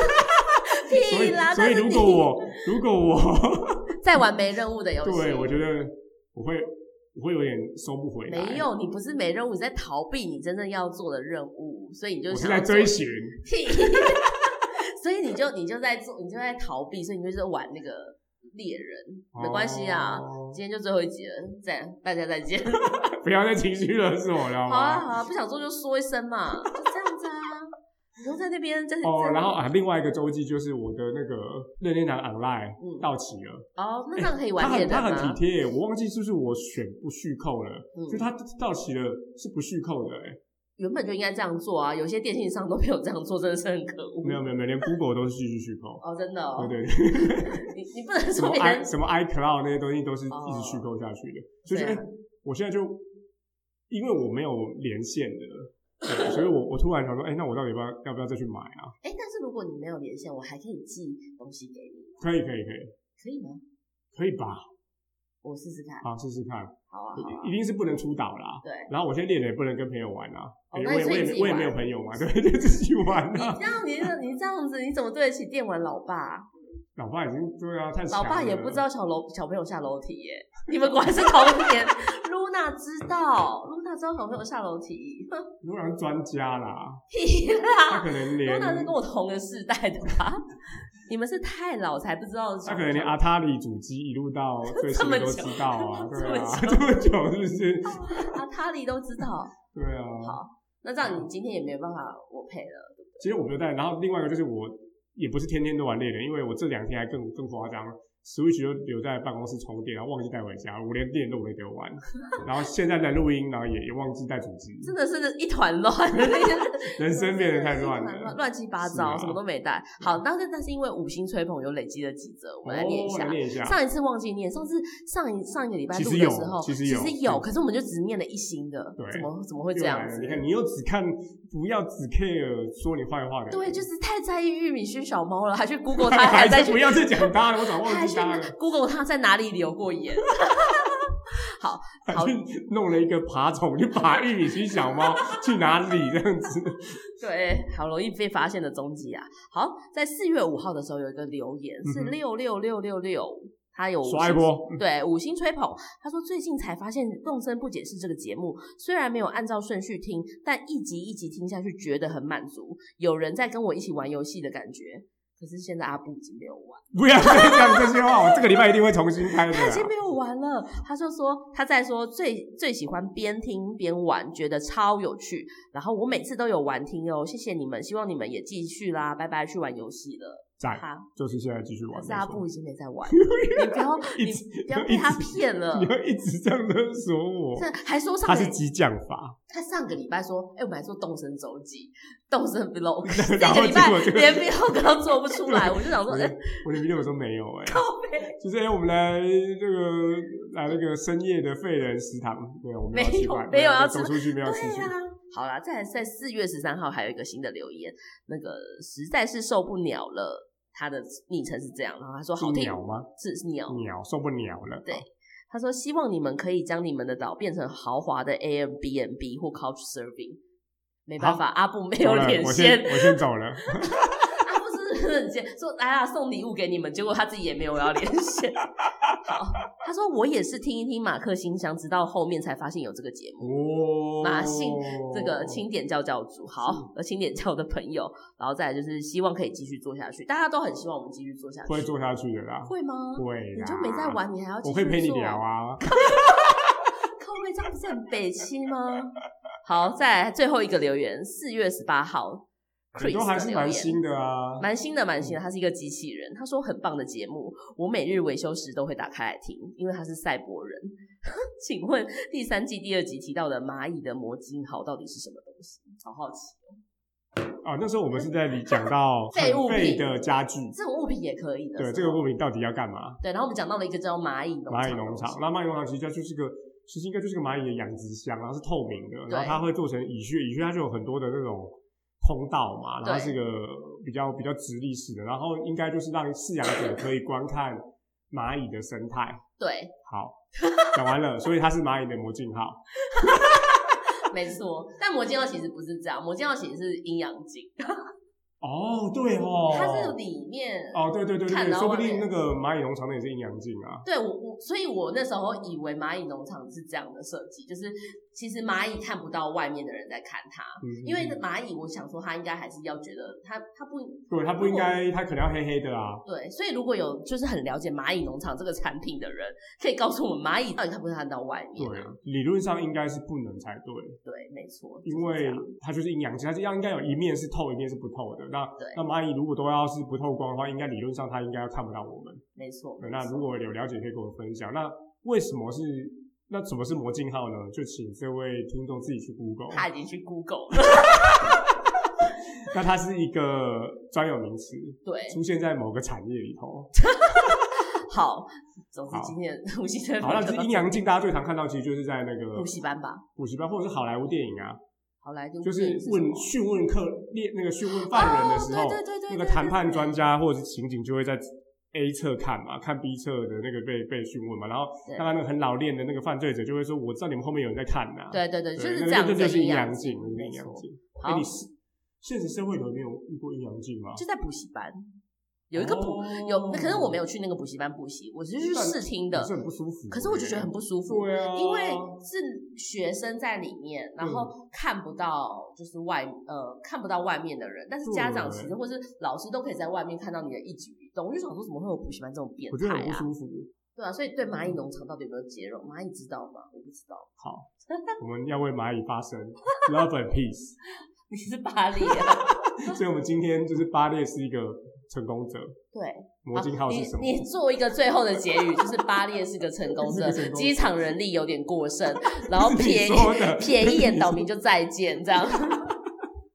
Speaker 2: 屁
Speaker 1: 以
Speaker 2: 啦！
Speaker 1: 所以
Speaker 2: 但是
Speaker 1: 如
Speaker 2: 你
Speaker 1: 果我如果我
Speaker 2: <laughs> 在玩没任务的游戏，
Speaker 1: 对我觉得我会我会有点收不回来，
Speaker 2: 没，有，你不是没任务，你在逃避你真正要做的任务，所以你就
Speaker 1: 我是
Speaker 2: 想要
Speaker 1: 在
Speaker 2: 做
Speaker 1: 追寻，
Speaker 2: 屁， <laughs> 所以你就你就在做，你就在逃避，所以你就是玩那个猎人，没关系啊。
Speaker 1: 哦
Speaker 2: 今天就最后一集了，这样大家再见。
Speaker 1: 不要再情绪勒索了，好
Speaker 2: 好啊，
Speaker 1: 吗？
Speaker 2: 好啊，不想做就说一声嘛，就这样子啊，不用在那边在那
Speaker 1: 哦，
Speaker 2: 在
Speaker 1: 然后啊，另外一个周记就是我的那个任天堂 Online
Speaker 2: 嗯
Speaker 1: 到期了，
Speaker 2: 哦，那这样可以
Speaker 1: 它
Speaker 2: 玩猎
Speaker 1: 很
Speaker 2: 人
Speaker 1: 它
Speaker 2: 吗？
Speaker 1: 很体贴耶，我忘记是不是我选不续扣了，
Speaker 2: 嗯
Speaker 1: 就它到期了是不续扣的，哎，
Speaker 2: 原本就应该这样做啊，有些电信商都没有这样做，真的是很可恶。
Speaker 1: 没有没有没有，连 Google 都是继续续扣，
Speaker 2: 哦，真的哦，
Speaker 1: 对对对。
Speaker 2: 你你不能
Speaker 1: 什
Speaker 2: 说
Speaker 1: 么
Speaker 2: 别
Speaker 1: i
Speaker 2: <laughs> 人
Speaker 1: 什么 iCloud 那些东西都是
Speaker 2: 哦
Speaker 1: 一直虚构下去的，所以
Speaker 2: 对
Speaker 1: 就、
Speaker 2: 啊
Speaker 1: 哎，我现在就因为我没有连线的，对所以我我突然想说，哎、那我到底要不要要不要再去买啊？
Speaker 2: 哎，但是如果你没有连线，我还可以寄东西给你，
Speaker 1: 可以可以可以
Speaker 2: 可以吗？
Speaker 1: 可以吧？
Speaker 2: 我试试看，
Speaker 1: 好，试试看，
Speaker 2: 好啊，好啊
Speaker 1: 一，定是不能出岛啦。
Speaker 2: 对。
Speaker 1: 然后我现在练了也不能跟朋友玩啊，
Speaker 2: 哦
Speaker 1: 哎
Speaker 2: 那
Speaker 1: 我也
Speaker 2: 所
Speaker 1: 我
Speaker 2: 以
Speaker 1: 也
Speaker 2: 自
Speaker 1: 没
Speaker 2: 己
Speaker 1: 我也没有
Speaker 2: 玩
Speaker 1: 朋友
Speaker 2: <laughs>
Speaker 1: 玩，对，就自己玩
Speaker 2: 你
Speaker 1: 啊。
Speaker 2: 这样，你这你这样子，你怎么对得起电玩老爸？
Speaker 1: 老爸已经对啊，太
Speaker 2: 老爸
Speaker 1: 强
Speaker 2: 也
Speaker 1: 了
Speaker 2: 不知道小楼小朋友下楼梯耶。 <laughs> 你们果然是童年。露娜知道，露娜知道小朋友下楼梯， <laughs> 哼
Speaker 1: 如果是专家啦，
Speaker 2: 屁
Speaker 1: 他
Speaker 2: 啦！
Speaker 1: 可
Speaker 2: <laughs>
Speaker 1: 能
Speaker 2: 露
Speaker 1: 连
Speaker 2: 娜是跟我同个世代的吧？ <laughs> 你们是太老才不知道小
Speaker 1: 他
Speaker 2: 朋友。
Speaker 1: 可能连阿塔里主机一路到
Speaker 2: <laughs>
Speaker 1: <laughs> 最新的都知道啊，对啊，这么久是不是？
Speaker 2: <laughs> 阿塔里都知道。
Speaker 1: 对啊，
Speaker 2: 好，那这样你今天也没有办法我陪了。
Speaker 1: 其实我没有带。然后另外一个就是我也不是天天都玩猎人，因为我这两天还更更夸张，Switch 就留在办公室充电，然后忘记带回家，我连电都没得
Speaker 2: <laughs>
Speaker 1: 玩。然后现在在录音，然后也也忘记带主机，
Speaker 2: 真的是一团乱， <laughs>
Speaker 1: 人生变得太乱
Speaker 2: 乱
Speaker 1: 了。
Speaker 2: 乱七八
Speaker 1: 是
Speaker 2: 糟，
Speaker 1: 啊
Speaker 2: 什么都没带。好，但是但是因为五星吹捧有累积了几则，我们来念一
Speaker 1: 哦
Speaker 2: 下。
Speaker 1: 来念一下。
Speaker 2: 上一次忘记念，上次上一上一个礼拜
Speaker 1: 其
Speaker 2: 录
Speaker 1: 实
Speaker 2: 的
Speaker 1: 有
Speaker 2: 时候，
Speaker 1: 其实有
Speaker 2: 有，
Speaker 1: 嗯
Speaker 2: 可是我们就只念了一星的，
Speaker 1: 对
Speaker 2: 怎么怎么会
Speaker 1: 又
Speaker 2: 这
Speaker 1: 来
Speaker 2: 样
Speaker 1: 了
Speaker 2: 子
Speaker 1: 你？看，你又只看，不要只 care 说你坏话的人。
Speaker 2: 对，就是太在意玉米须小猫了，
Speaker 1: <laughs>
Speaker 2: 还去 Google 它，还
Speaker 1: 还
Speaker 2: 在
Speaker 1: 是
Speaker 2: 去
Speaker 1: 不要再讲他了，我早忘
Speaker 2: <laughs> 还
Speaker 1: 记
Speaker 2: 去
Speaker 1: 他了。
Speaker 2: Google 它在哪里留过言。好，好
Speaker 1: 还去弄了一个爬虫，就爬玉米须小猫去哪里这样子？
Speaker 2: <laughs> 对，好容易被发现的踪迹啊。好，在四月五号的时候有一个留言是
Speaker 1: 嗯哼
Speaker 2: 六六六六六，他有
Speaker 1: 刷一
Speaker 2: 五星
Speaker 1: 波，
Speaker 2: 对，五星吹捧。他说最近才发现《动森不解释》这个节目，虽然没有按照顺序听，但一集一集听下去，觉得很满足，有人在跟我一起玩游戏的感觉。可是现在阿布已经没有玩，
Speaker 1: 不要再讲这些话，我这个礼拜一定会重新开的
Speaker 2: 他已经
Speaker 1: 啊。
Speaker 2: <laughs> 没有玩了。他就说他在说最最喜欢边听边玩，觉得超有趣。然后我每次都有玩听哦，谢谢你们，希望你们也继续啦，拜拜，去玩游戏了。
Speaker 1: 在
Speaker 2: 哈，
Speaker 1: 就是现在继续哎玩
Speaker 2: 可。是阿
Speaker 1: 没
Speaker 2: 布
Speaker 1: 错
Speaker 2: 已经没在玩，你
Speaker 1: <laughs>
Speaker 2: 不要你
Speaker 1: 一直
Speaker 2: 不要被他
Speaker 1: 一直
Speaker 2: 骗了
Speaker 1: 你。要一直这样勒索我，
Speaker 2: 这还说上
Speaker 1: 他是
Speaker 2: 来
Speaker 1: 激将法，
Speaker 2: 他上个礼拜说，哎、我们来做动身周记，动身 vlog，这
Speaker 1: <laughs> 然后
Speaker 2: 个礼拜
Speaker 1: 结果就
Speaker 2: 连 vlog 都做不出来，我就想
Speaker 1: <laughs>
Speaker 2: 说，
Speaker 1: 我
Speaker 2: 哎、
Speaker 1: 的我的 video 都没有哎，就是哎，我们来这个来那个深夜的废人食堂，对，我们要
Speaker 2: 没
Speaker 1: 吃
Speaker 2: 有
Speaker 1: 饭，
Speaker 2: 没有要
Speaker 1: 走
Speaker 2: 吃
Speaker 1: 出去没有吃
Speaker 2: 对啊
Speaker 1: 去
Speaker 2: 呀、，好啦，再来在四月十三号还有一个新的留言，那个实在是受不了了，他的昵称是这样，然后他说好
Speaker 1: 是
Speaker 2: 听，
Speaker 1: 鸟嗯吗？
Speaker 2: 是是鸟，
Speaker 1: 鸟受不了了，
Speaker 2: 对他说希望你们可以将你们的岛变成豪华的 A M B N B 或 Couch Serving，没办法，阿布没有
Speaker 1: 好了
Speaker 2: 连
Speaker 1: 我
Speaker 2: 线
Speaker 1: 先，我先走
Speaker 2: <laughs>
Speaker 1: 了。
Speaker 2: 他不是很贱，说来啦送礼物给你们，结果他自己也没有要连线。 <laughs> 好，他说我也是听一听马克信箱，直到后面才发现有这个节目。
Speaker 1: 哦，
Speaker 2: 马信这个清点教教主，好，呃，清点教的朋友，然后再来就是希望可以继续做下去，大家都很希望我们继续做下去，
Speaker 1: 会做下去的啦，
Speaker 2: 会吗？
Speaker 1: 会
Speaker 2: 你
Speaker 1: 啦，
Speaker 2: 就没在，玩，你还要继
Speaker 1: 我
Speaker 2: 续
Speaker 1: 可以陪你
Speaker 2: 做
Speaker 1: 聊啊，
Speaker 2: 靠背这样不是很北七吗？好，再来最后一个留言，四月十八号
Speaker 1: 很多
Speaker 2: ，Chris
Speaker 1: 还
Speaker 2: 的
Speaker 1: 是
Speaker 2: 留
Speaker 1: 蛮
Speaker 2: 言。
Speaker 1: 新的啊，
Speaker 2: 蛮新的，蛮新的，他是一个机器人。他说很棒的节目，我每日维修时都会打开来听，因为他是赛博人。 <laughs> 请问第三季第二集提到的蚂蚁的魔镜号到底是什么东西？好好奇，
Speaker 1: 啊，那时候我们是在里讲
Speaker 2: <laughs>
Speaker 1: 到
Speaker 2: 废物
Speaker 1: 很废
Speaker 2: 品
Speaker 1: 的家具，
Speaker 2: 这种物品也可以的。
Speaker 1: 对，
Speaker 2: 是
Speaker 1: 这个
Speaker 2: 吗
Speaker 1: 物品到底要干嘛？
Speaker 2: 对，然后我们讲到了一个叫蚂蚁农
Speaker 1: 蚂蚁
Speaker 2: 的
Speaker 1: 农
Speaker 2: 东西
Speaker 1: 场，那蚂蚁农场其实它就是个，其实应该就是个蚂蚁的养殖箱，然啊后是透明的，然后它会做成蚁穴，蚁穴它就有很多的那种通道嘛，然后它是
Speaker 2: 对
Speaker 1: 个比较比较直立式的，然后应该就是让饲养者可以观看蚂蚁的生态。
Speaker 2: 对，
Speaker 1: 好，讲完了，所以它是蚂蚁的魔镜号。
Speaker 2: 没错。但魔镜号其实不是这样，魔镜号其实是阴阳镜，
Speaker 1: 哦，对哦，
Speaker 2: 它是里面。
Speaker 1: 哦，对对对
Speaker 2: 看
Speaker 1: 对，
Speaker 2: 到
Speaker 1: 说不
Speaker 2: 外
Speaker 1: 定
Speaker 2: 面
Speaker 1: 那个蚂蚁农场那也是阴阳镜啊。
Speaker 2: 对我我，所以我那时候以为蚂蚁农场是这样的设计，就是其实蚂蚁看不到外面的人在看它，
Speaker 1: 嗯
Speaker 2: 因为蚂蚁，我想说它应该还是要觉得它它不
Speaker 1: 对它不应该，它可能要黑黑的啊。
Speaker 2: 对，所以如果有就是很了解蚂蚁农场这个产品的人，可以告诉我们蚂蚁到底看不看到外面
Speaker 1: 对
Speaker 2: 啊？，
Speaker 1: 理论上应该是不能才对，
Speaker 2: 对，没错，
Speaker 1: 因
Speaker 2: 就是这
Speaker 1: 为
Speaker 2: 样
Speaker 1: 它就是阴阳镜，它就要应该有一面是透，一面是不透的。那
Speaker 2: 对
Speaker 1: 那蚂蚁如果都要是不透光的话，应该理论上它应该要看不到我们。
Speaker 2: 没错
Speaker 1: 对，。
Speaker 2: 没
Speaker 1: 那
Speaker 2: 错
Speaker 1: 如果有了解可以跟我分享。那为什么是那什么是魔镜号呢？就请这位听众自己去 Google。
Speaker 2: 他已经去 Google 了，
Speaker 1: 那它是一个专有名词，
Speaker 2: 对，
Speaker 1: 出现在某个产业里头。
Speaker 2: <laughs> 好，总之
Speaker 1: 好
Speaker 2: 今天的无锡这
Speaker 1: 好，那就是阴阳镜，大家最常看到，其实就是在那个
Speaker 2: 补习班吧。
Speaker 1: 补习班或者是好莱坞电影啊，
Speaker 2: 好来，
Speaker 1: 就是
Speaker 2: 什么
Speaker 1: 问讯问客猎那个讯问犯人的时候，
Speaker 2: 哦对对对对
Speaker 1: 那个谈判专家或者是刑警就会在 A 侧看嘛，看 B 侧的那个被被讯问嘛，然后
Speaker 2: 对
Speaker 1: 当然那个很老练的那个犯罪者就会说，我知道你们后面有人在看呐、
Speaker 2: 对对对，
Speaker 1: 对，
Speaker 2: 就是
Speaker 1: 那
Speaker 2: 这
Speaker 1: 个那
Speaker 2: 样子
Speaker 1: 就
Speaker 2: 的
Speaker 1: 是
Speaker 2: 阴
Speaker 1: 阴
Speaker 2: 阳
Speaker 1: 阳镜，那就是阴
Speaker 2: 没
Speaker 1: 阳
Speaker 2: 错，
Speaker 1: 镜。哎、
Speaker 2: 好
Speaker 1: 你，是现实社会里面有遇过阴阳镜吗？
Speaker 2: 就在补习班有一个补
Speaker 1: 哦
Speaker 2: 有，可是我没有去那个补习班补习，我是去
Speaker 1: 但
Speaker 2: 试听的
Speaker 1: 是。很不舒服欸、
Speaker 2: 可是我就觉得很不舒服，
Speaker 1: 对啊，
Speaker 2: 因为是学生在里面，然
Speaker 1: 嗯
Speaker 2: 后看不到就是外呃看不到外面的人，但是家长
Speaker 1: 对
Speaker 2: 其实或是老师都可以在外面看到你的一举一动。我就想说，怎么会有补习班这种变
Speaker 1: 我觉得
Speaker 2: 态
Speaker 1: 很不
Speaker 2: 啊？
Speaker 1: 舒服。
Speaker 2: 对啊，所以对蚂蚁农场到底有没有结融？蚂蚁知道吗？我不知道。
Speaker 1: 好，我们要为蚂蚁发声，Love and Peace。
Speaker 2: <laughs> 你是巴黎
Speaker 1: <laughs>
Speaker 2: 啊？
Speaker 1: 所以我们今天就是巴列是一个成功者，
Speaker 2: 对，
Speaker 1: 魔镜号是什么？
Speaker 2: 你你做一个最后的结语，就是巴列是个成功者
Speaker 1: 是个成，功者
Speaker 2: 机场人力有点过剩，然后
Speaker 1: 你
Speaker 2: 撇一
Speaker 1: 说的
Speaker 2: 撇一眼岛民就再见这样。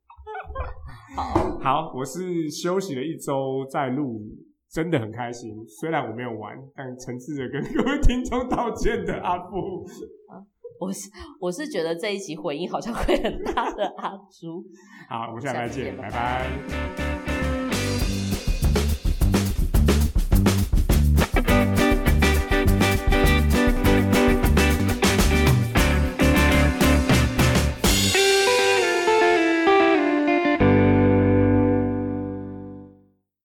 Speaker 2: <laughs> 好，
Speaker 1: 好，我是休息了一周再录，真的很开心。虽然我没有玩，但诚挚的跟各位听众道歉的阿布。
Speaker 2: 我是我是觉得这一集回音好像会很大的阿朱。
Speaker 1: 好，我们下礼拜见，
Speaker 2: 下次见
Speaker 1: 拜拜
Speaker 2: 拜